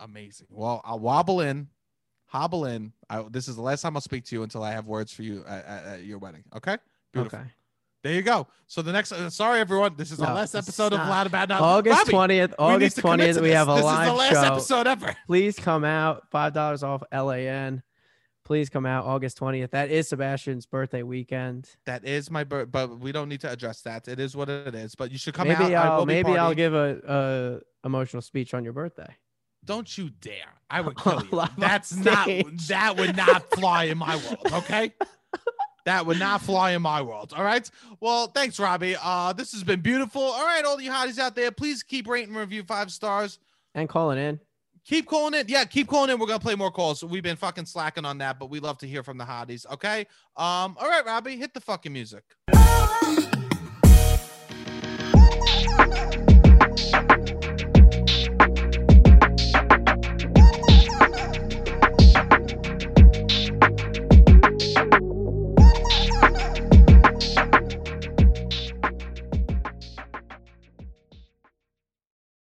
[SPEAKER 1] Amazing. Well, I'll wobble in, hobble in. I, this is the last time I'll speak to you until I have words for you at, at, at your wedding. Okay. Beautiful.
[SPEAKER 2] Okay.
[SPEAKER 1] There you go. So the next, uh, sorry everyone, this is the
[SPEAKER 2] No,
[SPEAKER 1] last
[SPEAKER 2] it's
[SPEAKER 1] episode
[SPEAKER 2] not.
[SPEAKER 1] of Loud About Not
[SPEAKER 2] August
[SPEAKER 1] Robbie,
[SPEAKER 2] twentieth.
[SPEAKER 1] we need
[SPEAKER 2] August
[SPEAKER 1] to commit to
[SPEAKER 2] twentieth. We
[SPEAKER 1] this.
[SPEAKER 2] have a
[SPEAKER 1] this
[SPEAKER 2] live
[SPEAKER 1] is the last
[SPEAKER 2] show.
[SPEAKER 1] episode ever.
[SPEAKER 2] please come out. Five dollars off LAN. Please come out August 20th. That is Sebastian's birthday weekend.
[SPEAKER 1] That is my birth, but we don't need to address that. It is what it is. But you should come
[SPEAKER 2] maybe
[SPEAKER 1] out. I
[SPEAKER 2] I'll
[SPEAKER 1] will be
[SPEAKER 2] maybe I'll
[SPEAKER 1] partying.
[SPEAKER 2] give a, a emotional speech on your birthday.
[SPEAKER 1] Don't you dare! I would kill you.
[SPEAKER 2] Live on
[SPEAKER 1] That's not.
[SPEAKER 2] stage.
[SPEAKER 1] That would not fly in my world. Okay. That would not fly in my world. All right. Well, thanks, Robbie. Uh, this has been beautiful. All right, all you hotties out there, please keep rating, review five stars.
[SPEAKER 2] And calling in.
[SPEAKER 1] Keep calling in. Yeah, keep calling in. We're gonna play more calls. We've been fucking slacking on that, but we love to hear from the hotties. Okay. Um. All right, Robbie, hit the fucking music.
[SPEAKER 4] Oh,